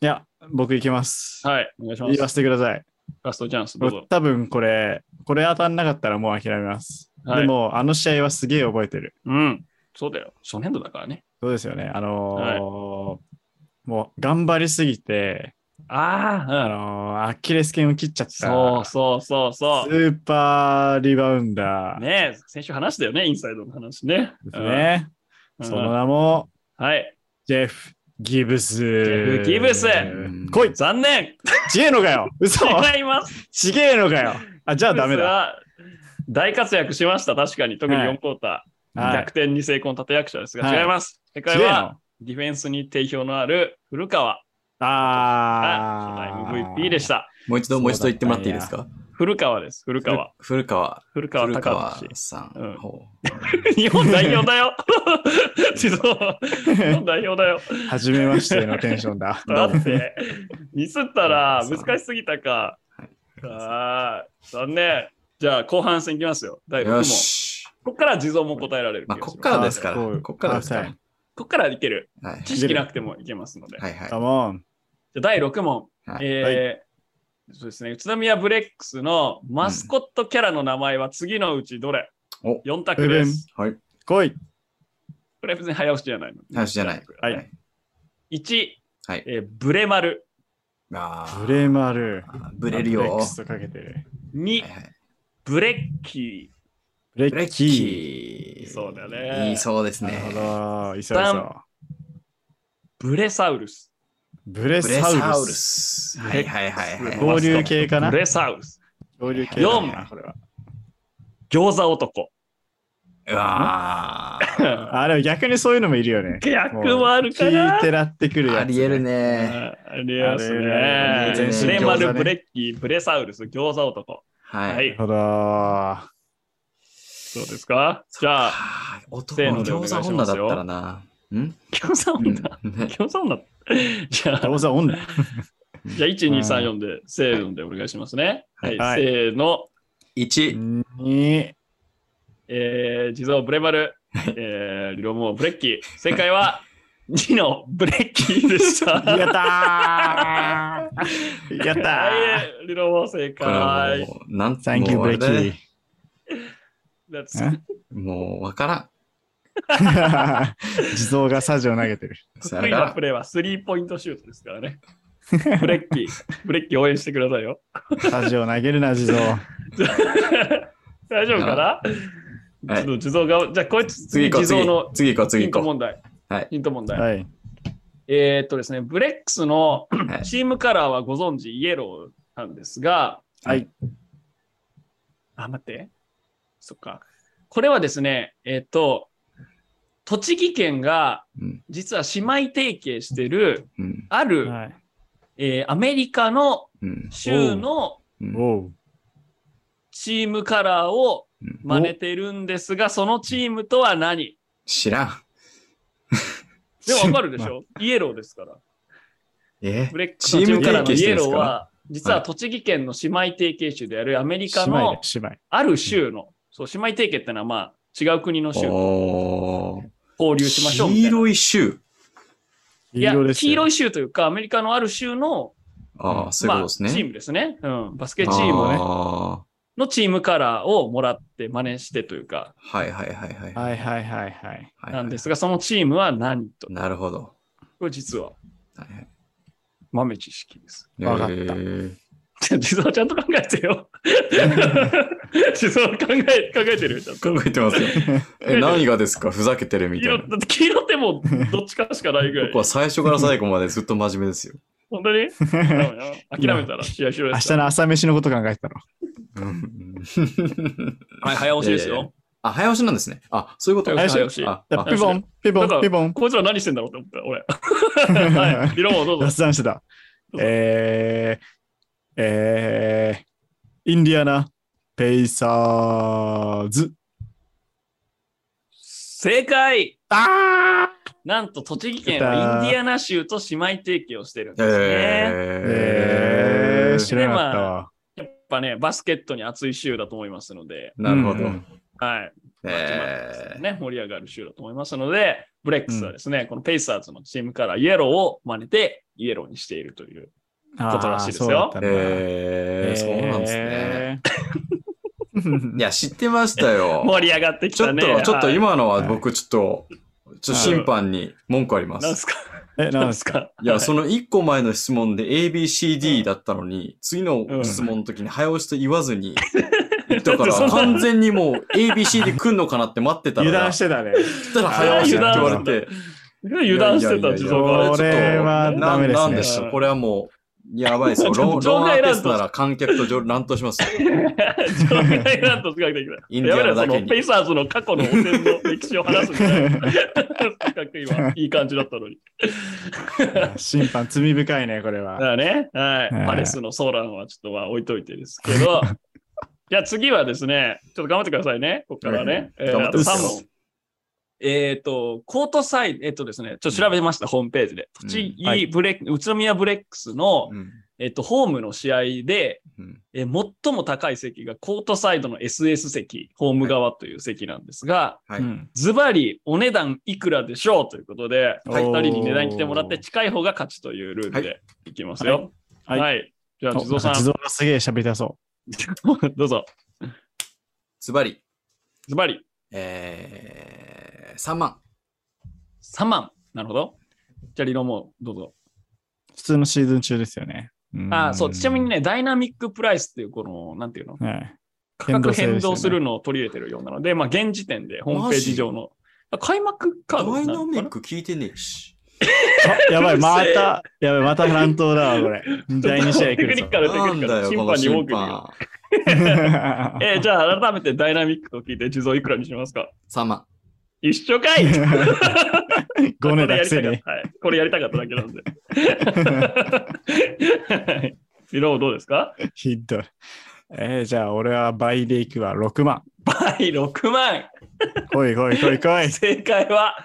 Speaker 3: いや、僕行きます。
Speaker 2: はい、お願いしま
Speaker 3: 言わ
Speaker 2: す。
Speaker 3: せてください。
Speaker 2: ラストチャンス、どうぞ。
Speaker 3: 多分これ、これ当たんなかったらもう諦めます。
Speaker 2: はい
Speaker 3: でも、あの試合はすげえ覚えてる。
Speaker 2: うん。そうだよ。初年度だからね。
Speaker 3: そうですよね。あのーもう頑張りすぎて、
Speaker 2: あ
Speaker 3: あ
Speaker 2: あ、うん。
Speaker 3: のーアキレス腱を切っちゃった。
Speaker 2: そうそうそうそ
Speaker 3: スーパーリバウンダ
Speaker 2: う。
Speaker 3: ーで
Speaker 2: ねえ、先週話したよね、インサイドの話ね。
Speaker 3: すね。
Speaker 2: うん
Speaker 3: その名も、
Speaker 2: はい。
Speaker 3: ジェフ・ギブス。ジ
Speaker 2: ェフギブス
Speaker 3: 来い
Speaker 2: 残念
Speaker 3: ちげえのかよ
Speaker 2: [LAUGHS]
Speaker 3: 嘘
Speaker 2: 違います
Speaker 3: ちげえのかよあ、じゃあ [LAUGHS] ダメだ。
Speaker 2: だ。大活躍しました、確かに。特に
Speaker 3: はい
Speaker 2: 4クォーター。
Speaker 3: はい
Speaker 2: 逆転に成功の立役者ですが、
Speaker 3: はい
Speaker 2: 違います。正
Speaker 3: ち
Speaker 2: 解
Speaker 3: げえの
Speaker 2: は、ディフェンスに定評のある古川が
Speaker 3: あ
Speaker 2: 初
Speaker 3: ー
Speaker 2: 代 MVP でした。
Speaker 1: もう一
Speaker 3: そ
Speaker 1: 度、
Speaker 3: うだ
Speaker 1: もう一度言ってもらっていいですか
Speaker 2: 古川です、古川。
Speaker 1: 古川。
Speaker 2: 古川
Speaker 1: 古川
Speaker 2: 高俊。
Speaker 1: さ
Speaker 2: うんん。
Speaker 1: ほ
Speaker 2: [LAUGHS] 日本代表だよ [LAUGHS] 地蔵日本代表だよ。
Speaker 3: はじめましてのテンションだ
Speaker 2: だって、ミスったら難しすぎたか
Speaker 1: はい。
Speaker 2: あー残念。じゃあ、後半戦いきますよ。第
Speaker 1: う
Speaker 2: 6問
Speaker 1: よ。し。
Speaker 2: ここから地蔵も答えられる気
Speaker 1: まあ、
Speaker 2: がします。
Speaker 1: こっからですから。
Speaker 3: あそう
Speaker 1: こっからですから。
Speaker 3: はい
Speaker 2: こっからいける。
Speaker 1: はい。
Speaker 2: 知識なくてもいけますので。
Speaker 1: はいはい。
Speaker 3: カモン。
Speaker 2: じゃあ第6問。
Speaker 1: はい
Speaker 2: えーそうですね。宇都宮ブレックスのマスコットキャラの名前は次のうちどれ、
Speaker 1: うんお
Speaker 2: ?4 択です。
Speaker 1: はい。
Speaker 3: 来い。
Speaker 2: これは別に早押しじゃないの。
Speaker 1: 早押しじゃない。
Speaker 3: はい
Speaker 2: 1、
Speaker 1: はい。
Speaker 2: えーブレマル。
Speaker 1: あー
Speaker 3: ブレマル。
Speaker 1: ブレる
Speaker 3: ブレッ
Speaker 1: よ
Speaker 3: ク。スとかけてる。
Speaker 2: 2
Speaker 1: はい、はい
Speaker 2: ブレッキ
Speaker 3: ブレ
Speaker 1: ブレ
Speaker 3: ッ
Speaker 1: ッ
Speaker 3: キ
Speaker 1: キー。
Speaker 2: いそうだね
Speaker 1: いいそうです
Speaker 3: ー。
Speaker 1: ね。
Speaker 3: なるほど。いそういそう。
Speaker 2: ー、ブレサウルス。
Speaker 3: ブレ
Speaker 1: ブレサ
Speaker 3: サ
Speaker 1: ウ
Speaker 3: ウル
Speaker 1: ル
Speaker 3: ス。
Speaker 1: ス。はいはいはいはい。
Speaker 3: 合流系かな
Speaker 2: ブレサウルス。
Speaker 3: 恐竜系
Speaker 2: 四
Speaker 3: だなこれは
Speaker 2: 餃子
Speaker 1: [LAUGHS]
Speaker 2: 男。
Speaker 1: うわ
Speaker 3: あ、でも逆にそういうのもいるよね。
Speaker 2: 逆もあるか
Speaker 3: 聞
Speaker 2: ない
Speaker 3: てらってくるや
Speaker 1: ー。
Speaker 3: つ。
Speaker 1: ありえるね。
Speaker 2: あありますね
Speaker 3: あ
Speaker 1: れ。
Speaker 2: ブレマ
Speaker 1: 全身餃
Speaker 3: 子ね
Speaker 2: ル、ブレッキー、ブレサウルス、餃子男。
Speaker 1: は。
Speaker 2: はいい
Speaker 3: なるほど。
Speaker 2: どうですかじゃあ、
Speaker 1: あー、男
Speaker 2: せー
Speaker 1: の
Speaker 2: のでお願いし
Speaker 1: 餃
Speaker 2: ます
Speaker 1: 子女だ
Speaker 2: よ
Speaker 1: ったらな。うん
Speaker 2: 共産
Speaker 1: う
Speaker 2: 音
Speaker 1: ん
Speaker 2: だ。
Speaker 1: ね
Speaker 2: [LAUGHS] 共産音だ。じゃあ
Speaker 3: タ、オさんオンだ。
Speaker 2: じゃあ、1、2、3、4で、せーのでお願いしますね。はい、
Speaker 3: はい
Speaker 2: せーの。
Speaker 1: 1、
Speaker 3: に、
Speaker 2: えー、地蔵ブレバル、えー、両もブレッキー。正解は、2のブレッキーでした。
Speaker 3: や
Speaker 2: [LAUGHS]
Speaker 3: ったーやったー
Speaker 2: はい、リロモ正
Speaker 1: これは
Speaker 2: 解。
Speaker 1: もう、なん
Speaker 3: !Thank you,
Speaker 1: もう
Speaker 3: ブ
Speaker 1: あ
Speaker 3: レ
Speaker 1: れ
Speaker 3: ッキ
Speaker 1: だね
Speaker 3: ー。
Speaker 2: That's-
Speaker 1: もうわから
Speaker 3: [LAUGHS] 地蔵がサジを投げてる。
Speaker 1: ん。さよ
Speaker 2: 得
Speaker 1: な
Speaker 2: 意
Speaker 1: ら
Speaker 2: なプレーはスリーポイントシュートですからね。ブレッキー、ブレッキー応援してくださいよ。 [LAUGHS]
Speaker 3: サジを投げるな、地蔵。
Speaker 2: 大丈夫かな、
Speaker 1: はい
Speaker 2: ちょっと地蔵が、じゃあこいつ、
Speaker 1: 次行こう、
Speaker 2: 地蔵
Speaker 1: 次
Speaker 2: の。
Speaker 1: 次行こう、
Speaker 2: ヒ
Speaker 1: 次
Speaker 2: ン
Speaker 1: 行
Speaker 2: ト
Speaker 1: こ
Speaker 2: 問題。
Speaker 1: はい
Speaker 2: ヒント問題。
Speaker 3: はい。
Speaker 2: えーっとですね、ブレック
Speaker 1: [LAUGHS]
Speaker 2: スの
Speaker 1: う。はい
Speaker 2: チームカラーはご存知、イエローなんですが、
Speaker 3: はい。
Speaker 2: あ、待って。そっか。これはですね、えっ、と、栃木県が
Speaker 1: うん
Speaker 2: 実は姉妹提携してる、
Speaker 1: うん
Speaker 2: ある、
Speaker 3: はい
Speaker 2: えーアメリカの
Speaker 1: うん
Speaker 2: 州の
Speaker 1: うん
Speaker 3: おう。
Speaker 2: チームカラーを
Speaker 1: うん
Speaker 2: 真似てるんですが、そのチームとは何
Speaker 1: 知らん。
Speaker 2: でもわかる
Speaker 1: [LAUGHS]
Speaker 2: でしょイエローですから。
Speaker 1: え
Speaker 2: ブレックスのチームカラー
Speaker 1: チ
Speaker 2: の
Speaker 1: ーム
Speaker 2: イ
Speaker 1: 提携して
Speaker 2: エ
Speaker 1: るんで
Speaker 2: ロー
Speaker 1: すか
Speaker 2: は、実は
Speaker 1: はい
Speaker 2: 栃木県の姉妹提携州であるアメリ
Speaker 3: 姉
Speaker 2: カ
Speaker 3: 妹
Speaker 2: の
Speaker 3: で、姉妹。
Speaker 2: ある州の、そう、姉妹提携ってのはまあ、違う国の州、
Speaker 1: おー。
Speaker 2: 交流しましょうみた
Speaker 1: 黄
Speaker 2: いな。
Speaker 1: 色い州。
Speaker 3: 黄
Speaker 2: いや
Speaker 3: 色、ですよ。
Speaker 2: 黄色い州というか、アメリカのある州の、
Speaker 1: ああ、そういうことですね。
Speaker 2: まあチームですね。うん。バスケチームね
Speaker 1: あ
Speaker 2: のチームカラーをもらって真似してというか、
Speaker 1: ーはいはいはいはい。
Speaker 3: はいはいはいはい。
Speaker 1: はい
Speaker 2: なんですが、そのチームは何と。
Speaker 1: なるほど。
Speaker 2: これ実は
Speaker 1: はいはい
Speaker 2: 豆知識です。 [LAUGHS]
Speaker 3: わかった
Speaker 1: えー
Speaker 2: 地蔵ちゃんと考え
Speaker 1: [LAUGHS]
Speaker 2: てよ。 [LAUGHS] 地蔵考え、考えてるよちゃんと。
Speaker 1: 考えて
Speaker 2: [LAUGHS]
Speaker 1: ますよ。え、何がですかふざけてるみ
Speaker 2: 黄
Speaker 1: たい
Speaker 2: 色
Speaker 1: な。
Speaker 2: だって黄色ってもうどっちかしかないぐらい
Speaker 1: 僕。は最初から最後までずっと真面目ですよ。[LAUGHS]
Speaker 2: 本当にダメだ諦めたら試合終了
Speaker 3: 明
Speaker 2: です
Speaker 3: 日。の朝飯のこと考えてたの。
Speaker 1: うん
Speaker 2: はい、早押しです
Speaker 1: いやいや
Speaker 2: よ。
Speaker 1: あ、早押しなんですね。あ、そういうこと
Speaker 2: 早押し
Speaker 1: ああ
Speaker 3: だ
Speaker 2: 早押し
Speaker 3: ピボン、ピボ
Speaker 2: だから
Speaker 3: ン、ピボン。
Speaker 2: こいつら何してんだろうと思っ
Speaker 1: [LAUGHS]
Speaker 2: た、俺。はい、理論をどう
Speaker 3: 脱
Speaker 2: ぞ。
Speaker 3: 線してた。えー、えー、インディアナ、ペイサーズ。
Speaker 2: 正解
Speaker 3: あ
Speaker 2: なんと栃木県はインディアナ州と姉妹提携をしてるんです
Speaker 3: ー
Speaker 2: ね。
Speaker 1: え
Speaker 3: えー、
Speaker 1: ー
Speaker 3: 知らなかったわ。
Speaker 2: やっぱね、バスケットに熱い州だと思いますので、
Speaker 1: なるほ
Speaker 3: う
Speaker 1: ど。
Speaker 3: ん
Speaker 2: はい。
Speaker 1: えー
Speaker 2: ね、盛り上がる州だと思いますので、ブレックスはですね、このペイサーズのチームからイエローを真似て、イエローにしているという。
Speaker 3: あ
Speaker 2: ことらしい
Speaker 3: ー
Speaker 2: ですよ
Speaker 3: そうだったんだ
Speaker 1: えーそうなんですね。い
Speaker 3: や、
Speaker 1: や、知ってました
Speaker 2: [LAUGHS]
Speaker 1: よ。
Speaker 2: 盛り上がってき
Speaker 1: ちょ
Speaker 2: た
Speaker 1: っ
Speaker 2: ね。
Speaker 1: と、ちょっと
Speaker 2: はい、
Speaker 1: 今のは
Speaker 3: はい
Speaker 1: 僕ちょっと、ちょっと審判に文句ありま
Speaker 2: なん
Speaker 1: す。
Speaker 2: すか
Speaker 3: え、な
Speaker 2: なんん
Speaker 3: ですす
Speaker 2: か
Speaker 1: いや、その1個前の質問で ABCD だったのに、次の質問の時に早押しと言わずに、言ったか
Speaker 2: だってそ
Speaker 1: ら
Speaker 2: んな
Speaker 1: 完全にもう ABCD 来んのかなって待ってたら、
Speaker 3: [LAUGHS] 油断してたね。
Speaker 1: そしたら早押しって言われて、
Speaker 2: 油断して
Speaker 1: いやいやいやい
Speaker 2: た、
Speaker 1: や
Speaker 2: 地
Speaker 1: そ
Speaker 2: 蔵
Speaker 1: う
Speaker 2: が。
Speaker 3: これは
Speaker 1: な
Speaker 3: ダメ
Speaker 1: ん
Speaker 3: ですね。
Speaker 1: なんでしょう。これはもう、やばい
Speaker 2: [LAUGHS]
Speaker 1: ですよ。
Speaker 2: ちょっ
Speaker 1: ロ
Speaker 2: と
Speaker 1: ンロンア
Speaker 2: 場外
Speaker 1: ー
Speaker 2: 乱闘
Speaker 1: ティストなら観客と乱闘しますよ。
Speaker 2: ちょっとイランと近くできた。
Speaker 1: インディアナだけに
Speaker 2: やめろそのペイサーズの過去の汚染の歴史を話すみたいな。 [LAUGHS] せっかく今、いい感じだったのに。
Speaker 3: 審判罪深いね、これ
Speaker 2: だ
Speaker 3: は。
Speaker 2: からね、はい。
Speaker 3: はい
Speaker 2: パレスのソーランはちょっとまあ置いといてですけど、じゃあ次はですね、ちょっと頑張ってくださいね、ここからね。
Speaker 1: うん
Speaker 2: えー
Speaker 1: 頑張
Speaker 2: あ
Speaker 1: って
Speaker 2: と
Speaker 1: ます
Speaker 2: 3問。えっ、と、コートサイド、えっ、とですね、ちょっと調べました、ホームページで。栃
Speaker 3: うんは
Speaker 2: 木
Speaker 3: い
Speaker 2: ブレック、宇都宮ブレックスの、
Speaker 1: うん
Speaker 2: えっとホームの試合で、
Speaker 1: うん
Speaker 2: えー最も高い席がコートサイドの SS 席、ホーム側という席なんですが、
Speaker 1: は
Speaker 3: う
Speaker 1: い。
Speaker 3: ん
Speaker 2: ズバリお値段いくらでしょうということで、
Speaker 3: はい
Speaker 2: お二人に値段来てもらって近い方が勝ちというルールでいきますよ。は。
Speaker 3: はいい
Speaker 2: じゃあ、
Speaker 3: お
Speaker 2: 地蔵さ
Speaker 3: 地蔵がすげえ喋りたそ
Speaker 2: ん、 [LAUGHS] どうぞ。
Speaker 1: ズバリ、
Speaker 2: ズバリ
Speaker 1: えー、3万。
Speaker 2: 3万。なるほど。じゃあ、理論もどうぞ。
Speaker 3: う。普通のシーズン中ですよね。ん
Speaker 2: あー、そう。ちなみに。ね、ダイナミックプライスっていう、この、なんていうの
Speaker 3: はい。
Speaker 2: 価格変
Speaker 3: 変動制ですよ
Speaker 2: 動
Speaker 3: ね
Speaker 2: するのを取り入れてるようなので、まあ、現時点でホームページ上の。あ開幕カ
Speaker 1: ダ
Speaker 2: ード
Speaker 1: イ
Speaker 2: な
Speaker 1: ナ
Speaker 2: のかな
Speaker 1: ミック聞いてねえし。
Speaker 3: [LAUGHS] あやばい、また、やばい、また乱闘だわ、これ。第2試合来
Speaker 2: テク
Speaker 3: る
Speaker 2: ニ
Speaker 3: ぞ
Speaker 2: ッ。カル、テク
Speaker 1: [LAUGHS] な
Speaker 2: ニ
Speaker 1: ん
Speaker 2: ッカ
Speaker 1: だ
Speaker 2: ル。
Speaker 1: よ、
Speaker 2: 審
Speaker 1: こ
Speaker 2: 判
Speaker 1: の
Speaker 2: に多
Speaker 1: 審
Speaker 2: く言う
Speaker 1: 判。
Speaker 3: [LAUGHS]
Speaker 2: えー、じゃあ改めてダイナミックと聞いて、地蔵いくらにしますか
Speaker 1: 3万。
Speaker 2: 一緒か [LAUGHS]
Speaker 3: [LAUGHS]
Speaker 2: い
Speaker 3: ごねだくせに。
Speaker 2: はい。これやりたかっただけなんで。 [LAUGHS] はいリローどうですか
Speaker 3: ひどい。えー、じゃあ俺は倍でいくわ、6万。
Speaker 2: はい、6万。 [LAUGHS]
Speaker 3: 来い来い来い来い。
Speaker 2: 正解は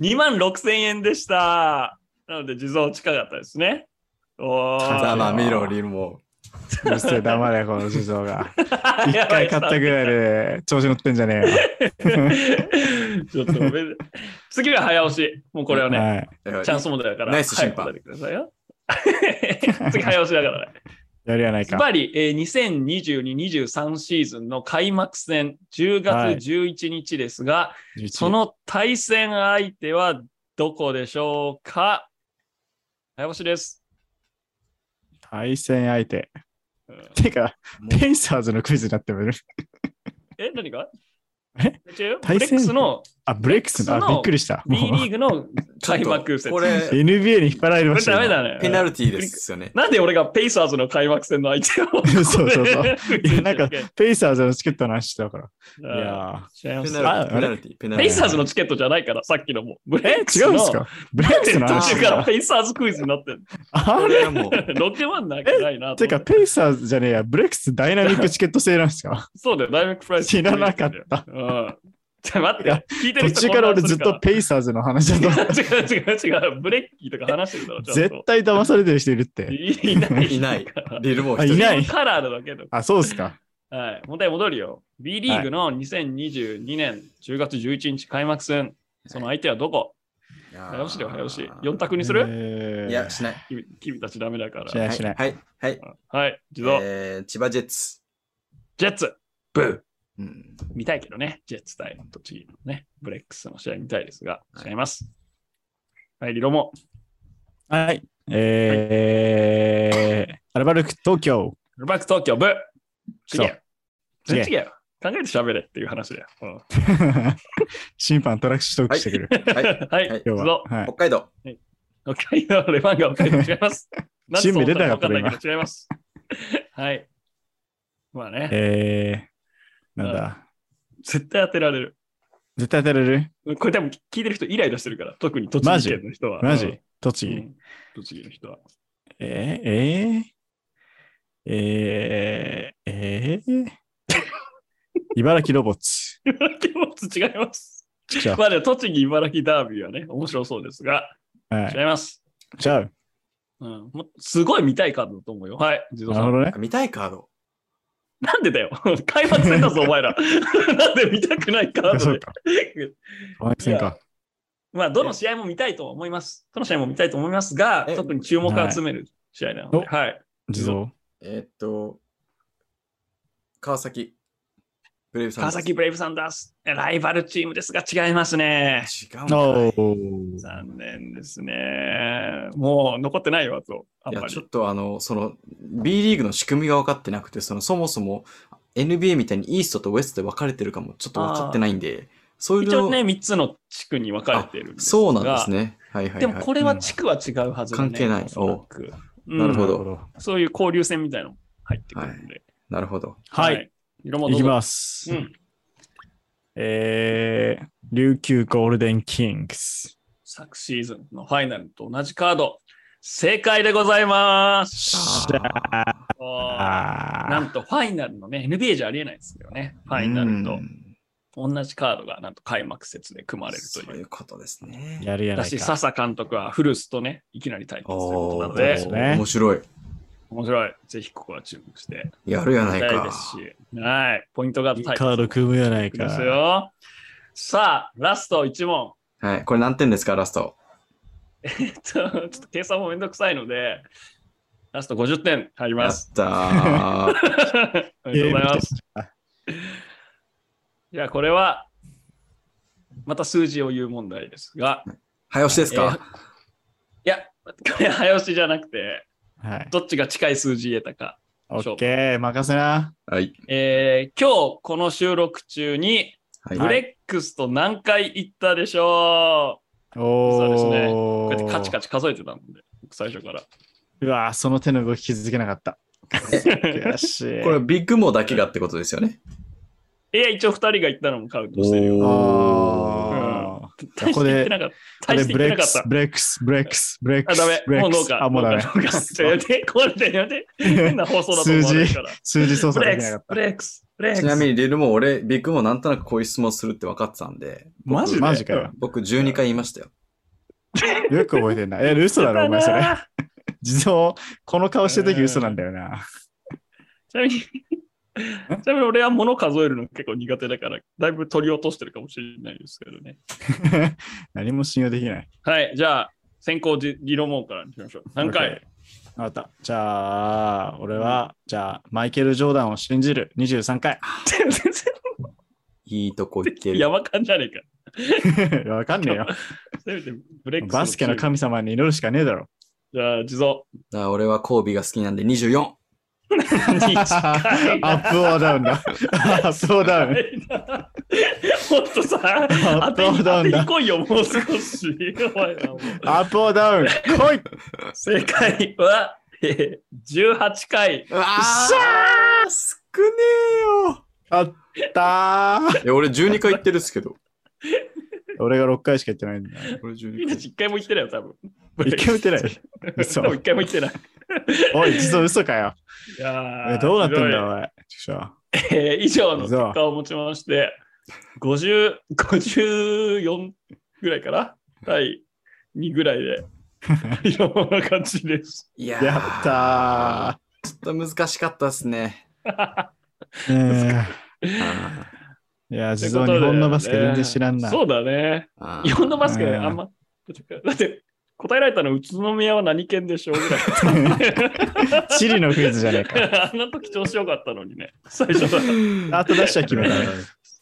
Speaker 2: 2万6千円でした。なので、地蔵近かったですね。おー。
Speaker 1: ざまみろりも。
Speaker 3: うるせえ、黙れ、この地蔵が。
Speaker 2: 一
Speaker 3: 一回買ったぐらいで調子乗ってんじゃね
Speaker 2: [LAUGHS] ちょっとごめん次は早押し。もうこれは
Speaker 3: えよ。
Speaker 2: ね、
Speaker 3: はい。
Speaker 2: チャンスモデルだから。
Speaker 1: ナイス審判
Speaker 2: 早く答えてくださいよ [LAUGHS] 次早押しだからね。
Speaker 3: やるやない
Speaker 2: ズ
Speaker 3: か。
Speaker 2: バリ、えー、2022-23シーズンの開幕戦、10
Speaker 3: はい
Speaker 2: 月11日ですが、
Speaker 3: 11
Speaker 2: その対戦相手はどこでしょうか早押しです。
Speaker 3: 対戦相手。
Speaker 2: うん
Speaker 3: てか
Speaker 1: も、う
Speaker 3: ペイサーズのクイズになってる。
Speaker 2: え、何が
Speaker 3: え
Speaker 2: 違うブレ
Speaker 3: 対戦相
Speaker 2: ッ
Speaker 3: 手
Speaker 2: クスの
Speaker 3: あ、ブレックスの、
Speaker 2: そ
Speaker 3: あ、
Speaker 2: の
Speaker 3: びっくりした。
Speaker 2: B
Speaker 3: もう
Speaker 2: リーグの開幕
Speaker 1: ち
Speaker 2: 戦。
Speaker 1: ょっとこ
Speaker 3: [LAUGHS]
Speaker 2: こ
Speaker 1: れ、
Speaker 3: NBA に引っ張られま
Speaker 2: れ
Speaker 3: したよ。
Speaker 2: ダメだね。
Speaker 1: ペナルティーですよね。
Speaker 2: なんで俺がペイサーズの開幕戦の相手を
Speaker 3: [LAUGHS] そうそう
Speaker 2: [LAUGHS]
Speaker 3: そう
Speaker 2: う
Speaker 3: いやなんかペイサーズのチケットの話だから。
Speaker 2: い
Speaker 3: い
Speaker 2: や
Speaker 3: や
Speaker 2: 違いま
Speaker 1: ペ
Speaker 2: す
Speaker 1: ナ
Speaker 2: あ
Speaker 1: ルティー、ペナルティー、ペナ
Speaker 2: ペ
Speaker 1: ル
Speaker 2: イ
Speaker 1: ティ
Speaker 2: サーズのチケットじゃないから、さっきのも。ブ
Speaker 3: ー。え
Speaker 2: レックス
Speaker 3: 違うん
Speaker 2: の
Speaker 3: ですかブレックス
Speaker 1: な
Speaker 3: の
Speaker 1: んで
Speaker 3: 話
Speaker 2: 途中からペイサーズクイズになってる。
Speaker 3: あ
Speaker 1: ー。
Speaker 3: れ
Speaker 1: れはもう、
Speaker 2: 6万なくないなと
Speaker 3: て
Speaker 2: 思
Speaker 3: か、
Speaker 2: って。
Speaker 3: ペイサーズじゃねえや、ブレックスダイナミックチケット制なんです
Speaker 2: [LAUGHS]
Speaker 3: か
Speaker 2: そうだよ、ダイナミックプライス。
Speaker 3: 知らなかっ
Speaker 2: った。うん。じゃあ待っ
Speaker 3: いや
Speaker 2: て、聞いてる
Speaker 3: 途
Speaker 2: 人
Speaker 3: 中から俺ずっとペイサーズの話 [LAUGHS] だと思っ
Speaker 2: 違う違う違う、ブレッキーとか話してるだろ、
Speaker 3: た。
Speaker 2: ちゃん
Speaker 3: 絶 [LAUGHS]
Speaker 2: と。
Speaker 3: 対騙されてる人いるって。
Speaker 2: いない。
Speaker 1: いないリルも
Speaker 3: あ、
Speaker 1: 一
Speaker 3: い
Speaker 1: 人。
Speaker 3: ない。
Speaker 2: [LAUGHS] カラーだけど。
Speaker 3: あ、そうですか。
Speaker 2: はい。問題戻るよ。B リーグの2022年10月11日開幕戦。その相手はどこ早押しだよ、早押し。4択にする
Speaker 3: えー
Speaker 1: いや、しない。
Speaker 2: 君君たちダメだか
Speaker 3: しない
Speaker 2: ら。
Speaker 3: しない。
Speaker 1: はい、はい。
Speaker 2: はい。自動。
Speaker 1: えー千葉ジェッツ。
Speaker 2: ジェッツ。ブー。
Speaker 1: うん。
Speaker 2: 見たいけどね。ジェッツ対栃木のね、ブレックスの試合見たいですが、
Speaker 1: はい
Speaker 2: 違います。はい、リロモ。
Speaker 3: はい。えー、アルバルク東京。 [LAUGHS]
Speaker 2: ルバック東京、ブー。
Speaker 3: そう
Speaker 2: 違う。全然違うよ。考えて喋れっていう話だよ。うん
Speaker 3: 審判トラックストークしてくる。
Speaker 1: はい。
Speaker 2: [LAUGHS] はい、
Speaker 1: はい
Speaker 3: 今日
Speaker 2: どう
Speaker 3: は
Speaker 2: ぞ。。
Speaker 3: は
Speaker 1: [LAUGHS]
Speaker 3: い
Speaker 1: 北。海道。
Speaker 2: 北海道のレバンガを書いて違います。なんでそう思ったのかわかんないけど違います。 [LAUGHS] はい。まあね、
Speaker 3: えー、なんだ。
Speaker 2: 絶対当てられる。
Speaker 3: 絶対当てられる
Speaker 2: これ多分聞いてる人イライラしてるから、特に栃木県の人は。
Speaker 3: マ
Speaker 2: うん
Speaker 3: ジ栃
Speaker 2: う
Speaker 3: 木。
Speaker 2: ん栃木の人は。
Speaker 3: えー、えー、えー、えー、 [LAUGHS] 茨城ロボッツ。
Speaker 2: 気持ち違います。
Speaker 3: ちくしょう
Speaker 2: まあでも栃木、茨城ダービーはね、面白そうですが、
Speaker 3: はい。
Speaker 2: 違います。
Speaker 3: ちゃう。
Speaker 2: うん、もうすごい見たいカードだと思うよ。はい、地蔵
Speaker 3: な
Speaker 2: さ
Speaker 3: るほ
Speaker 2: ん。
Speaker 3: どね。
Speaker 1: 見たいカード。
Speaker 2: なんでだよ。 [LAUGHS] 開幕戦だぞ、お
Speaker 1: [LAUGHS]
Speaker 2: 前ら。なんで見たくないカー
Speaker 3: そ
Speaker 2: ド
Speaker 3: う
Speaker 2: で
Speaker 3: か。ワイセンか。
Speaker 2: まあ、どの試合も見たいとは思います。どの試合も見たいと思いますが、
Speaker 1: え
Speaker 2: 特に注目を集める試合なので、はい。
Speaker 3: 地蔵。
Speaker 1: えーっと、川崎。ブレイブさん。
Speaker 2: 川崎ブレイブサンダース、ライバルチームですが違いますね。
Speaker 1: 違うん
Speaker 3: お
Speaker 1: か
Speaker 3: ー
Speaker 2: 残念ですね。もう残ってないよ、あと。あ
Speaker 1: い
Speaker 2: ん
Speaker 1: い
Speaker 2: ま
Speaker 1: や、
Speaker 2: り
Speaker 1: ちょ。っとあの、その、B リーグの仕組みが分かってなくて、その、そもそも NBA みたいにイーストとウエストで分かれてるかもちょっと分かってないんで、そういう
Speaker 2: 一
Speaker 1: の
Speaker 2: 応ね、3つの地区に分かれているんですが
Speaker 1: そうなんですね。はいはい、はい。
Speaker 2: でもこれは地区は違うはずだね。
Speaker 1: 関係ない
Speaker 2: おそらくうん
Speaker 1: なるほど
Speaker 2: そういう交流戦みたいなのも入ってくるんで。
Speaker 1: なるほど。
Speaker 3: はい。
Speaker 2: 色も
Speaker 3: い
Speaker 2: どう
Speaker 3: き
Speaker 2: ぞ
Speaker 3: ます。
Speaker 2: うん
Speaker 3: えー、琉球ゴールデンキングス。
Speaker 2: 昨シーズンのファイナルと同じカード。正解でございます。
Speaker 3: しゃ
Speaker 2: な
Speaker 3: ー
Speaker 2: んとファイナルのね、NBA じゃありえないですけどね、ファイナルと同じカードがなんと開幕節で組ま
Speaker 1: あ
Speaker 2: れると
Speaker 1: そう
Speaker 2: い。
Speaker 1: いううことですね。
Speaker 3: やるやない
Speaker 2: 私、
Speaker 3: か。
Speaker 2: 笹監督は古巣とね、いきなり対決ということなの
Speaker 1: ー
Speaker 3: そ
Speaker 2: で、
Speaker 3: うね
Speaker 1: 面白い。
Speaker 2: 面白い。ぜひここは注目して
Speaker 1: やるや
Speaker 2: みた
Speaker 1: ないい
Speaker 2: で
Speaker 1: か。
Speaker 2: すし、はい、ポイントガー
Speaker 3: い
Speaker 2: ド
Speaker 3: い
Speaker 2: 対
Speaker 3: カード組むやない
Speaker 2: 決で
Speaker 3: か
Speaker 2: す。よ。さあ、ラスト1問。 [LAUGHS]
Speaker 1: はい。これ何点ですか、ラスト。
Speaker 2: えっとちょっと計算もめんどくさいので、ラスト50点入り
Speaker 1: や
Speaker 2: ま
Speaker 1: っ
Speaker 2: す。
Speaker 1: たー。 [LAUGHS]
Speaker 2: [LAUGHS] ありがとうございます。じゃあ、これは、また数字を言う問題ですが、
Speaker 1: 早押しですか、
Speaker 2: いや、これ早押しじゃなくて、
Speaker 3: はい。
Speaker 2: どっちが近い数字得たか。
Speaker 3: オッケー、任せな。
Speaker 1: はい。
Speaker 2: えー今日この収録中に、
Speaker 1: はい。
Speaker 2: ブレックスと何回行ったでしょ
Speaker 3: お
Speaker 2: そうですねう、
Speaker 3: ー
Speaker 2: こうやってカチカチ数えてたもんで、僕最初から。
Speaker 3: うわーその手の動き気づけなかった。悔
Speaker 2: [LAUGHS]
Speaker 3: しい。
Speaker 1: これ、ビッグモだけがってことですよね。
Speaker 2: いや、一応2人が行ったのもカウントしてるよ。
Speaker 3: あー
Speaker 2: 大して行ってなかった。
Speaker 3: こ
Speaker 2: 大
Speaker 3: れ
Speaker 2: して
Speaker 3: ブレ
Speaker 2: 行って
Speaker 3: ック
Speaker 2: なかった
Speaker 3: ス、。ブレックス、ブレックス、ブレック
Speaker 2: あ、
Speaker 3: ス。
Speaker 2: ダメ。
Speaker 3: ブレッ
Speaker 2: もう
Speaker 3: ク
Speaker 2: ど
Speaker 3: ス
Speaker 2: うか。
Speaker 3: あ、もうダメ
Speaker 2: 農家農家ちょやめて、これやめて。変な放送だと思われるから。
Speaker 3: [LAUGHS] 数字操
Speaker 2: ブ
Speaker 3: 作
Speaker 2: レッ
Speaker 3: でき
Speaker 2: ク
Speaker 3: なか
Speaker 2: ス
Speaker 3: っ、
Speaker 2: ブレックス、フレック
Speaker 1: ち
Speaker 2: ス
Speaker 1: なみにリルも俺、ビッグもなんとなくこういう質問するって分かってたんで、
Speaker 4: マジで
Speaker 3: マジかよ。
Speaker 1: 僕12回言いましたよ。
Speaker 3: よく覚えてんな。え、嘘だろ、お前そ
Speaker 2: や
Speaker 3: れ。
Speaker 2: だな
Speaker 3: 自動、この顔してるとき嘘なんだよな。
Speaker 2: ちなみに、ちなみに俺は物数えるの結構苦手だから、だいぶ取り落としてるかもしれないですけどね。
Speaker 3: 何も信用できない。
Speaker 2: はい、じゃあ、先行じ理論門からにしましょう。何回
Speaker 3: OK わかった。じゃあ、俺は、じゃあ、マイケル・ジョーダンを信じる23回。 [LAUGHS]
Speaker 2: 全然
Speaker 1: いいとこ行ってる。
Speaker 2: 山間じゃねえか。
Speaker 3: わかんねえよ。
Speaker 2: せめてブレックス
Speaker 3: バスケの神様に祈るしかねえだろ。 [LAUGHS]
Speaker 2: じゃあ、地蔵。
Speaker 1: だから俺はコービーが好きなんで24。
Speaker 2: 近い
Speaker 3: アップオーダウンだ。アップオーダウン。
Speaker 2: [LAUGHS] もっとさ、当て
Speaker 3: アップダ
Speaker 2: に当
Speaker 3: ウ
Speaker 2: て
Speaker 3: ンだ
Speaker 2: に来いよ、もう少し。お前らもう
Speaker 3: アップオーダウン。来い
Speaker 2: 正解は、えー18回。
Speaker 1: うわ
Speaker 3: し
Speaker 1: あ少ねえよ
Speaker 3: あったー。
Speaker 1: いや、俺12回言ってるっすけど。
Speaker 3: 俺が6回しか言ってないんだ。
Speaker 1: 俺12
Speaker 2: みんな
Speaker 1: 回。
Speaker 2: 1回も言ってないよ、多分。
Speaker 3: 一回も言ってない。
Speaker 2: 多
Speaker 3: 嘘
Speaker 2: 分一回も言ってない。
Speaker 3: おい、実は嘘かよ。
Speaker 2: いや
Speaker 3: え
Speaker 2: ー
Speaker 3: どうなったんだ、
Speaker 2: ひ
Speaker 3: おい。ちくしょう
Speaker 2: どいえー以上の結果をもちまして、50 54ぐらいかな第2ぐら
Speaker 3: [LAUGHS]
Speaker 2: いで、いろんな感じです。
Speaker 1: いやー
Speaker 3: やった
Speaker 1: ちょっと難しかったっすね。
Speaker 3: ー。ね
Speaker 1: あ
Speaker 3: えいや、地蔵日本のバスケ全然知らんな。
Speaker 2: ということでねそうだ
Speaker 1: ー
Speaker 2: ね。[LAUGHS]
Speaker 1: あー
Speaker 2: 日本のバスケ
Speaker 3: うん
Speaker 2: あんま。だって、答えられたの宇都宮は何県でしょうぐらい。
Speaker 3: [LAUGHS] チリのクイズじゃねえか。
Speaker 1: [LAUGHS]
Speaker 2: あの時調子よかったのにね。最初さ、
Speaker 3: あと出しちゃ決めたね。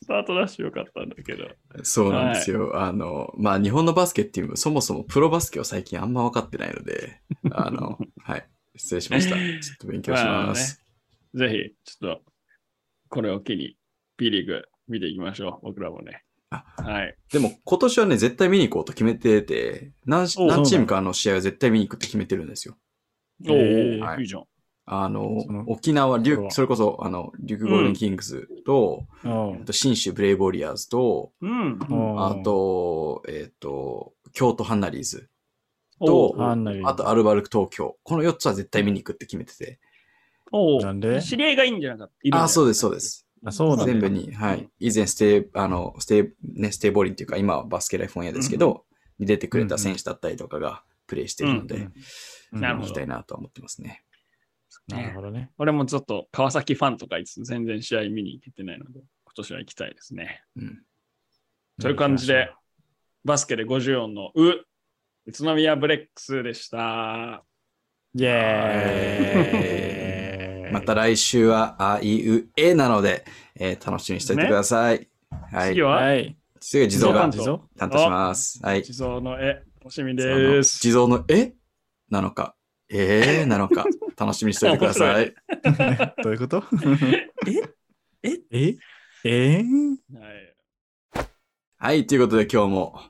Speaker 2: スタートダッシュよかったんだけど。
Speaker 1: そうなんですよ。あの、まあ、日本のバスケっていう、そもそもプロバスケを最近あんま分かってないの
Speaker 3: [LAUGHS]
Speaker 1: で、あの、はい。失礼しました。ちょっと勉強
Speaker 3: [LAUGHS]
Speaker 1: します。
Speaker 2: ぜひ、ちょっと、これを機に、B リーグ見ていきましょう。僕らもね。
Speaker 1: あ
Speaker 2: はい。
Speaker 1: でも、今年はね、絶対見に行こうと決めてて、何
Speaker 3: おう
Speaker 1: 何チームかの試合は絶対見に行くって決めてるんですよ。
Speaker 2: おお、
Speaker 3: えー
Speaker 1: はい
Speaker 2: いいじゃん。
Speaker 1: あの
Speaker 3: その、
Speaker 1: 沖縄、リ
Speaker 3: それ
Speaker 1: ュ
Speaker 3: は
Speaker 1: それこそ、あの、リュックゴールデンキングスと、
Speaker 3: うん
Speaker 1: あと信州ブレイブウォリアーズと、
Speaker 2: うん。
Speaker 3: うん
Speaker 1: あと、えっ、と、京都ハンナリーズ、
Speaker 2: お
Speaker 1: と
Speaker 3: あんなに
Speaker 1: あとアルバルク東京、この4つは絶対見に行くって決めてて。
Speaker 2: お
Speaker 3: なんで
Speaker 2: 知り合いがいいんじゃなかったいるんじゃなかった
Speaker 1: あ、そうです、そうで。す。
Speaker 3: あそうなんだ
Speaker 1: 全部に、はい。以前、ステイ、あの、ステイ、ね、ステイボーリンっていうか、今はバスケライフォン屋ですけど、に出てくれた選手だったりとかがプレイしてるので、
Speaker 3: うんうん
Speaker 2: なる
Speaker 1: 行
Speaker 2: ほど
Speaker 1: きたいなとは思ってますね。
Speaker 3: なるほどね。
Speaker 2: 俺もちょっと川崎ファンとかいつ全然試合見に行けてないので、今年は行きたいですね。
Speaker 1: うん。
Speaker 2: という感じで、バスケで54のう、宇都宮ブレックスでした。
Speaker 3: イエーイ。
Speaker 1: また来週は、あいうえなので、えー楽しみにしておいてください。はい。
Speaker 2: 次は、
Speaker 3: はい。
Speaker 1: 次は地蔵が
Speaker 2: 地
Speaker 3: 地
Speaker 2: 蔵
Speaker 3: 蔵
Speaker 1: 担当します。はい。
Speaker 2: 地蔵の絵、楽しみです。
Speaker 1: 地蔵のえなのか、えー、な
Speaker 3: [LAUGHS]
Speaker 1: のか、楽しみにしておいてください。
Speaker 3: どういうことえええー
Speaker 2: はい
Speaker 1: はい、ということで今日も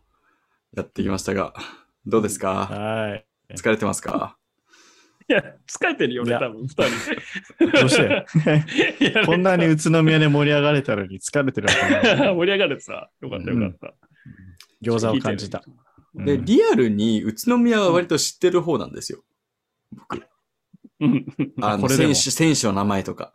Speaker 1: やってきましたが、どうですか
Speaker 3: はい。
Speaker 1: 疲れてますか
Speaker 2: いや、疲れてるよ
Speaker 3: い
Speaker 2: ね、
Speaker 3: や
Speaker 2: 多分、二人。
Speaker 1: [LAUGHS]
Speaker 3: どうして
Speaker 2: [LAUGHS] いや
Speaker 3: こんなに宇都宮で盛り上がれたのに疲れてるわけない
Speaker 2: [LAUGHS] 盛り上がれてさ、よかったよかった。
Speaker 3: 餃子を感じた。
Speaker 1: で、
Speaker 3: うん
Speaker 1: リアルに宇都宮は割と知ってる方なんですよ。
Speaker 2: うん。
Speaker 1: あの
Speaker 3: これで
Speaker 1: 選
Speaker 3: も
Speaker 1: 手、選手の名前とか、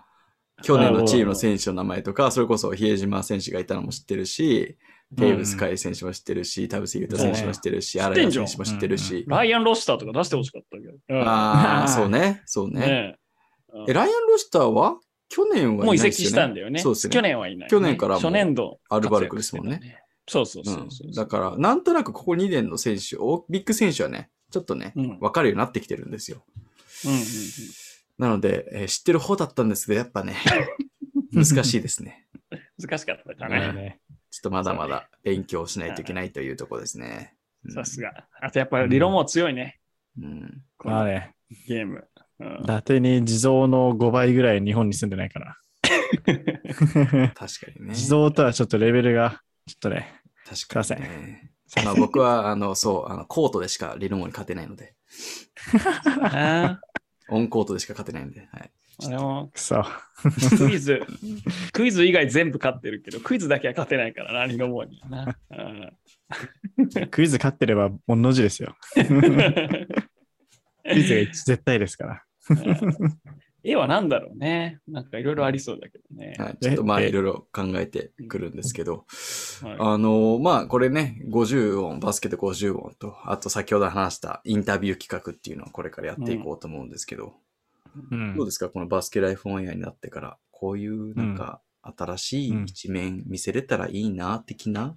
Speaker 1: 去年のチームの選手の名前とか、それこそ比江島選手がいたのも知ってるし、テーブス海選手も知ってるし、田臥勇太選手も知ってるし、
Speaker 2: そうね
Speaker 1: 荒谷選手も知ってるし。
Speaker 2: ライアン・ロスターとか出してほしかったけど。うん
Speaker 1: ああ、そうね、そうね。
Speaker 2: ね
Speaker 1: え、ライアン・ロスターは去年は
Speaker 2: もう
Speaker 1: い
Speaker 2: 移
Speaker 1: ないです
Speaker 2: 籍
Speaker 1: よね
Speaker 2: したんだよね。
Speaker 1: そうですね。
Speaker 2: 去年はいない。
Speaker 1: 去年からも
Speaker 2: 初年度。
Speaker 1: アルバルクですもんね。。
Speaker 2: そうそうそうそううん
Speaker 1: だから、なんとなくここ2年の選手、おビッグ選手はね、ちょっとね、
Speaker 2: うん。うん
Speaker 1: 分かるようになってきてるんですよ。
Speaker 2: うんうん
Speaker 1: なので、えー知ってる方だったんですけど、やっぱ
Speaker 2: [LAUGHS]
Speaker 1: ね、難しいですね。
Speaker 2: 難しかったか
Speaker 3: だよ
Speaker 2: ね。
Speaker 3: ね
Speaker 1: ちょっとまだまだ勉強しないといけないというところですね。
Speaker 2: さすが。あとやっぱ理論も強いね。
Speaker 1: うん。
Speaker 2: こ
Speaker 3: まあ
Speaker 2: の
Speaker 3: ね、
Speaker 2: ゲーム。うん
Speaker 3: 伊達に地蔵の5倍ぐらい日本に住んでないから。
Speaker 1: 確かにね。
Speaker 3: 地蔵とはちょっとレベルが、ちょっとね。
Speaker 1: 確かに、ね。まあ僕は、あの、そう、あの、コートでしかリルモに勝てないので、
Speaker 2: あ
Speaker 1: オンコートでしか勝てないので、はい。
Speaker 2: ー俺も
Speaker 3: くそ。
Speaker 2: ク
Speaker 3: [LAUGHS]
Speaker 2: イズ、クイズ以外全部勝ってるけど、クイズだけは勝てないからな、リノモーにはな。うん
Speaker 3: クイズ勝ってれば、御の字ですよ。クイズが一絶対ですから。
Speaker 2: 絵は何だろうね。なんかいろいろありそうだけどね。
Speaker 1: はい、ちょっとまあ
Speaker 3: え
Speaker 1: いろいろ考えてくるんですけど、
Speaker 2: はい
Speaker 1: あのまあこれね、50音、バスケット50音と、あと先ほど話したインタビュー企画っていうのはこれからやっていこうと思うんですけど、
Speaker 3: うん
Speaker 1: どうですかこのバスケライフオンエアになってから、こういうなんか新しい一面見せれたらいいな、的
Speaker 3: [LAUGHS]
Speaker 1: な、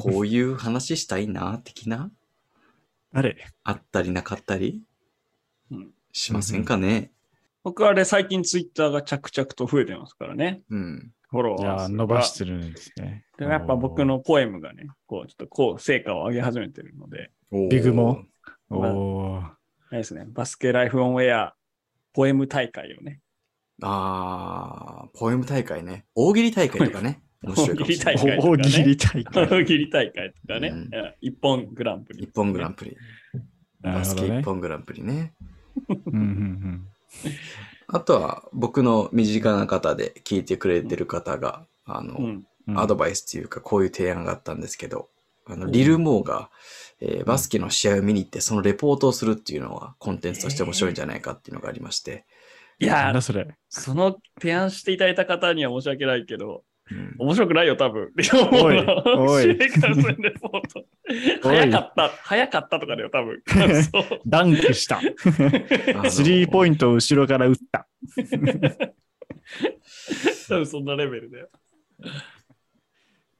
Speaker 1: こういう話したいな、的な、
Speaker 3: あれ
Speaker 1: あったりなかったり
Speaker 2: うん
Speaker 1: しませんかね、
Speaker 2: 僕はあれ最近ツイッターが着々と増えてますからね。
Speaker 1: うん、
Speaker 2: フォロ
Speaker 3: い
Speaker 2: ワ
Speaker 3: や、
Speaker 2: ー数が
Speaker 3: 伸ばしてるんですね。
Speaker 2: でもやっぱ僕のポエムがね、こう、ちょっとこう、成果を上げ始めてるので、
Speaker 1: おー
Speaker 3: ビグも
Speaker 2: ま
Speaker 3: お
Speaker 2: あ
Speaker 3: ー。
Speaker 2: あれですね、バスケライフオンエア、ポエム大会をね、
Speaker 1: あー、ポエム大会ね。大喜利大会とか
Speaker 3: [LAUGHS]
Speaker 1: ね。面白いかもしれな
Speaker 2: 大
Speaker 1: い
Speaker 2: 会。とかね
Speaker 3: お大喜利大会。
Speaker 2: [LAUGHS] 大喜利大会とかね、
Speaker 1: うん
Speaker 2: うん一本グランプリ。
Speaker 1: 一本グランプリ。バ
Speaker 3: なるほ
Speaker 1: ス
Speaker 3: ど
Speaker 1: ケ
Speaker 3: ね
Speaker 1: 一。本グランプリね。
Speaker 3: うんうんうん
Speaker 1: あとは、僕の身近な方で聞いてくれてる方が、あの、
Speaker 2: うん。
Speaker 3: うん
Speaker 1: アドバイスというか、こういう提案があったんですけど、あのリル・モーが、えーバスケの試合を見に行って、そのレポートをするっていうのは、コンテンツとして面白いんじゃないかっていうのがありまして、
Speaker 2: い
Speaker 3: な
Speaker 2: や
Speaker 3: ん
Speaker 2: ー
Speaker 3: だ、それ。
Speaker 2: その提案していただいた方には申し訳ないけど、
Speaker 1: うん
Speaker 2: 面白くないよ、多分。
Speaker 3: おいおい
Speaker 2: 試合観戦レポート。
Speaker 1: [LAUGHS]
Speaker 2: 早かった、早かったとかだよ、多分。感想
Speaker 3: ダンクした。
Speaker 1: あの
Speaker 3: スリーポイントを後ろから打った。
Speaker 2: 多分そんなレベルだよ。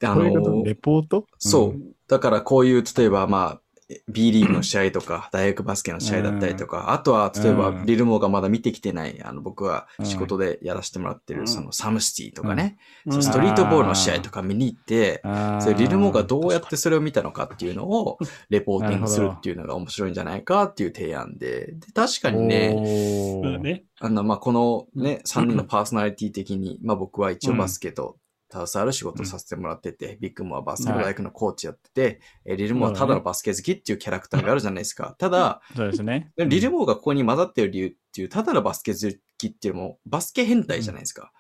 Speaker 1: あ
Speaker 3: こういうこと
Speaker 1: の
Speaker 3: レポート
Speaker 1: そう
Speaker 3: うん。
Speaker 1: だからこういう、例えばまあ、B リーグの試合とか、大学バスケの試合だったりとか、あとは、例え
Speaker 3: う
Speaker 1: ば、
Speaker 3: ん
Speaker 1: リルモーがまだ見てきてない、あの、僕は仕事でやらせてもらって
Speaker 2: う
Speaker 1: る、
Speaker 2: ん
Speaker 1: そのサムシティとかね、
Speaker 2: う
Speaker 1: そ
Speaker 2: ん
Speaker 1: うストリートボールの試合とか見に行って、
Speaker 3: あー
Speaker 1: それリルモーがどうやってそれを見たのかっていうのをレポーティングするっていうのが面白いんじゃないかっていう提案で、で確かにね、
Speaker 3: お
Speaker 2: そうだ
Speaker 3: ー
Speaker 2: ね。
Speaker 1: あの、まあ、このね、
Speaker 2: うん
Speaker 1: 3人のパーソナリティ的に、まあ、僕は一応バスケと携わる仕事をさせてもらってて、ビッグモアはバスケ部大学のコーチやってて、えリルモアはただのバスケ好きっていうキャラクターがあるじゃないですか。ただ、
Speaker 3: そうですね。
Speaker 1: リルモアがここに混ざってる理由っていう、ただのバスケ好きっていうのも、バスケ変態じゃないですか。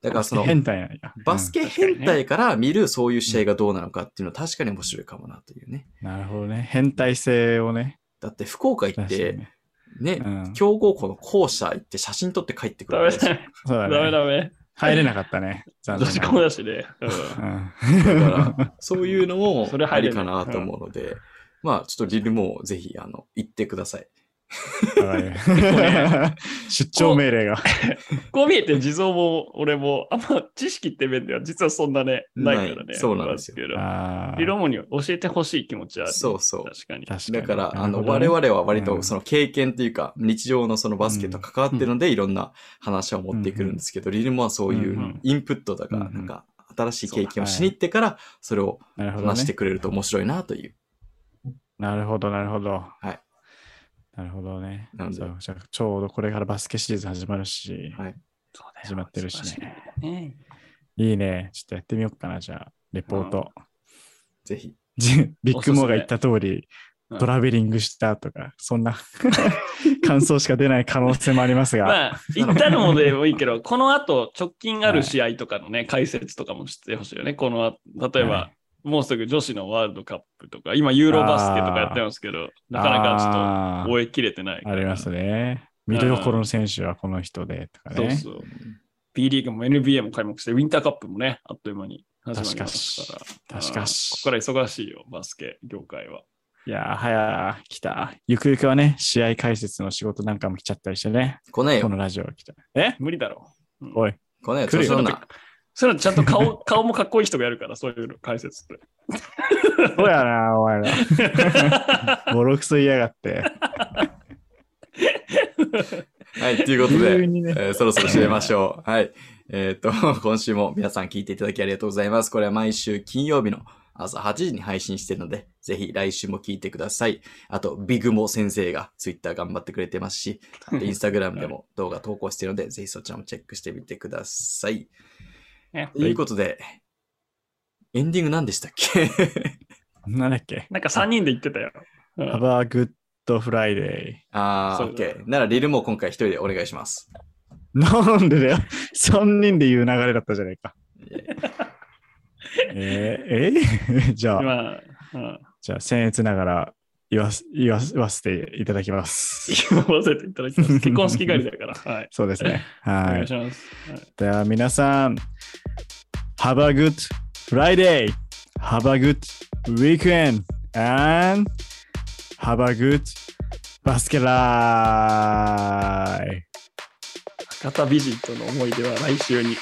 Speaker 1: だからその、
Speaker 3: 変態なんや。
Speaker 1: バス
Speaker 3: ケ。
Speaker 1: ケ変態から見るそういう試合がどうなのかっていうのは確かに面白いかもなというね。
Speaker 3: なるほどね。変態性をね。
Speaker 1: だって福岡行っ
Speaker 3: 出して
Speaker 1: て、
Speaker 3: ね
Speaker 1: ね
Speaker 3: う、ん
Speaker 1: 強豪校の校舎行って写真撮って帰ってくる
Speaker 2: ダ
Speaker 1: わ
Speaker 2: メ
Speaker 1: けです
Speaker 2: だ
Speaker 1: よ
Speaker 2: ね。
Speaker 3: そうだ
Speaker 2: ダ
Speaker 3: ね。
Speaker 2: メダメ。
Speaker 3: 入れなかったね。残
Speaker 2: 女
Speaker 3: 念
Speaker 2: 子
Speaker 3: な
Speaker 2: 校だしね。うん
Speaker 1: だ
Speaker 3: うん [LAUGHS]
Speaker 1: から、そういうのも
Speaker 2: それ
Speaker 1: あ
Speaker 2: 入れ
Speaker 1: り
Speaker 2: な
Speaker 1: かな
Speaker 2: い
Speaker 1: と思うので、まあちょっとリルもぜひ、あの、行ってください。
Speaker 3: わか [LAUGHS] る出張命令が。
Speaker 2: こう見えて地蔵も俺もあんま知識って面では実はそんなね、ないから
Speaker 1: な
Speaker 2: ね。
Speaker 1: いそうなんですよ
Speaker 2: けど。
Speaker 3: あー
Speaker 2: 理論もに教えてほしい気持ちはある。
Speaker 1: そうそう
Speaker 2: 確かに。
Speaker 3: 確
Speaker 1: だから、あの、
Speaker 3: な
Speaker 1: 我
Speaker 3: るほどね
Speaker 1: 々は割
Speaker 3: う
Speaker 1: と
Speaker 3: ん
Speaker 1: その経験というか、日常のそのバスケと関わってるので、いろんな話を持ってくるんですけど、リルもはそうい
Speaker 3: ん
Speaker 1: う
Speaker 3: う
Speaker 1: インプットだから、
Speaker 3: うん
Speaker 1: なんか、新しい経験をしに行ってから、それを
Speaker 3: なるほど
Speaker 1: 話して
Speaker 3: ね。
Speaker 1: くれると面白いなという。。
Speaker 3: なるほど、なるほど。はいなるほどね。
Speaker 1: なので
Speaker 3: そうじゃあちょうどこれからバスケシリーズ始まるし、
Speaker 1: はい
Speaker 2: そうだよ
Speaker 3: 始まってるし
Speaker 2: 素晴ら
Speaker 3: ね。
Speaker 2: いね。
Speaker 3: いいね。ちょっとやってみようかな、じゃあ、レポート。
Speaker 1: ぜひ。
Speaker 3: [LAUGHS] じビッグモーが
Speaker 2: おすすめ
Speaker 3: 言った通り
Speaker 2: うん、
Speaker 3: トラベリングしたとか、そんな [LAUGHS] 感想しか出ない可能性もありますが、
Speaker 2: [LAUGHS] まあ、言ったのもでもいいけど、この後直近ある試合とかのね、解説とかもしてほしいよね。この後、例えば、
Speaker 3: は
Speaker 2: もうすぐ女子のワールドカップとか、今ユーロバスケとかやってますけど、なかなかちょっと
Speaker 3: あ
Speaker 2: 追い切れてないか
Speaker 3: ー
Speaker 2: ら。
Speaker 3: ありますね。見どころの選手はこの人でとか
Speaker 2: そう
Speaker 3: ね。
Speaker 2: そう。B リーグも NBA も開幕して、ウィンターカップもね、あっという間に始まり
Speaker 3: 確か
Speaker 2: ま
Speaker 3: に
Speaker 2: すから。。
Speaker 3: 確かに。
Speaker 2: うんここから忙しいよ、バスケ業界は。
Speaker 3: いやー、早来た。ゆくゆくはね、試合解説の仕事なんかも来ちゃったりしてね、
Speaker 1: 来ない
Speaker 3: こ
Speaker 1: よ。
Speaker 3: のラジオ来た。え
Speaker 2: 無理だろう。うん
Speaker 3: おい、
Speaker 1: 来ないよ。
Speaker 3: 来る
Speaker 1: 調
Speaker 3: よ
Speaker 1: 子乗んな。
Speaker 2: そういうのちゃんと
Speaker 3: [LAUGHS]
Speaker 2: 顔顔もかっこいい人がやるから、そういうの解説って。
Speaker 3: そうやな、お前ら。ボロクソ言いやがって。
Speaker 1: はい、と
Speaker 3: [LAUGHS]
Speaker 1: いうことで。
Speaker 3: にね。
Speaker 1: えーそろそろ締めましょう。はい。えーっと、 [LAUGHS] 今週も皆さん聞いていただきありがとうございます。これは毎週金曜日の朝8時に配信してるので、ぜひ来週も聞いてください。あと、ビグモ先生がツイッター頑張ってくれてますし、あとインスタグラムで
Speaker 3: [LAUGHS]
Speaker 1: も動画投稿してるので、ぜひそちらもチェックしてみてください。
Speaker 2: ね
Speaker 1: ということで、エンディング何でしたっけ
Speaker 3: なんだっけ
Speaker 2: なんか3人で言ってたよ。うん
Speaker 3: ?Have a good Friday.
Speaker 1: あ
Speaker 2: そ
Speaker 1: ー、
Speaker 2: うだ
Speaker 1: OK。ならリルも今回一人でお願いします。
Speaker 3: なんでだよ。3人で言う流れだったじゃないか。
Speaker 1: いやいや
Speaker 3: えー、えーじゃあ、
Speaker 2: まあ、うん
Speaker 3: じゃあ、僭越ながら、言わす言わす言わせていただきます。
Speaker 2: 言わせていただきます。結婚式帰りだから。はい。
Speaker 3: そうですね。
Speaker 2: お
Speaker 3: は
Speaker 2: 願い
Speaker 3: い。
Speaker 2: します。
Speaker 3: では皆さん、Have a good Friday! Have a good weekend! And have a good basket ride!
Speaker 2: 博多美人との思い出は来週に。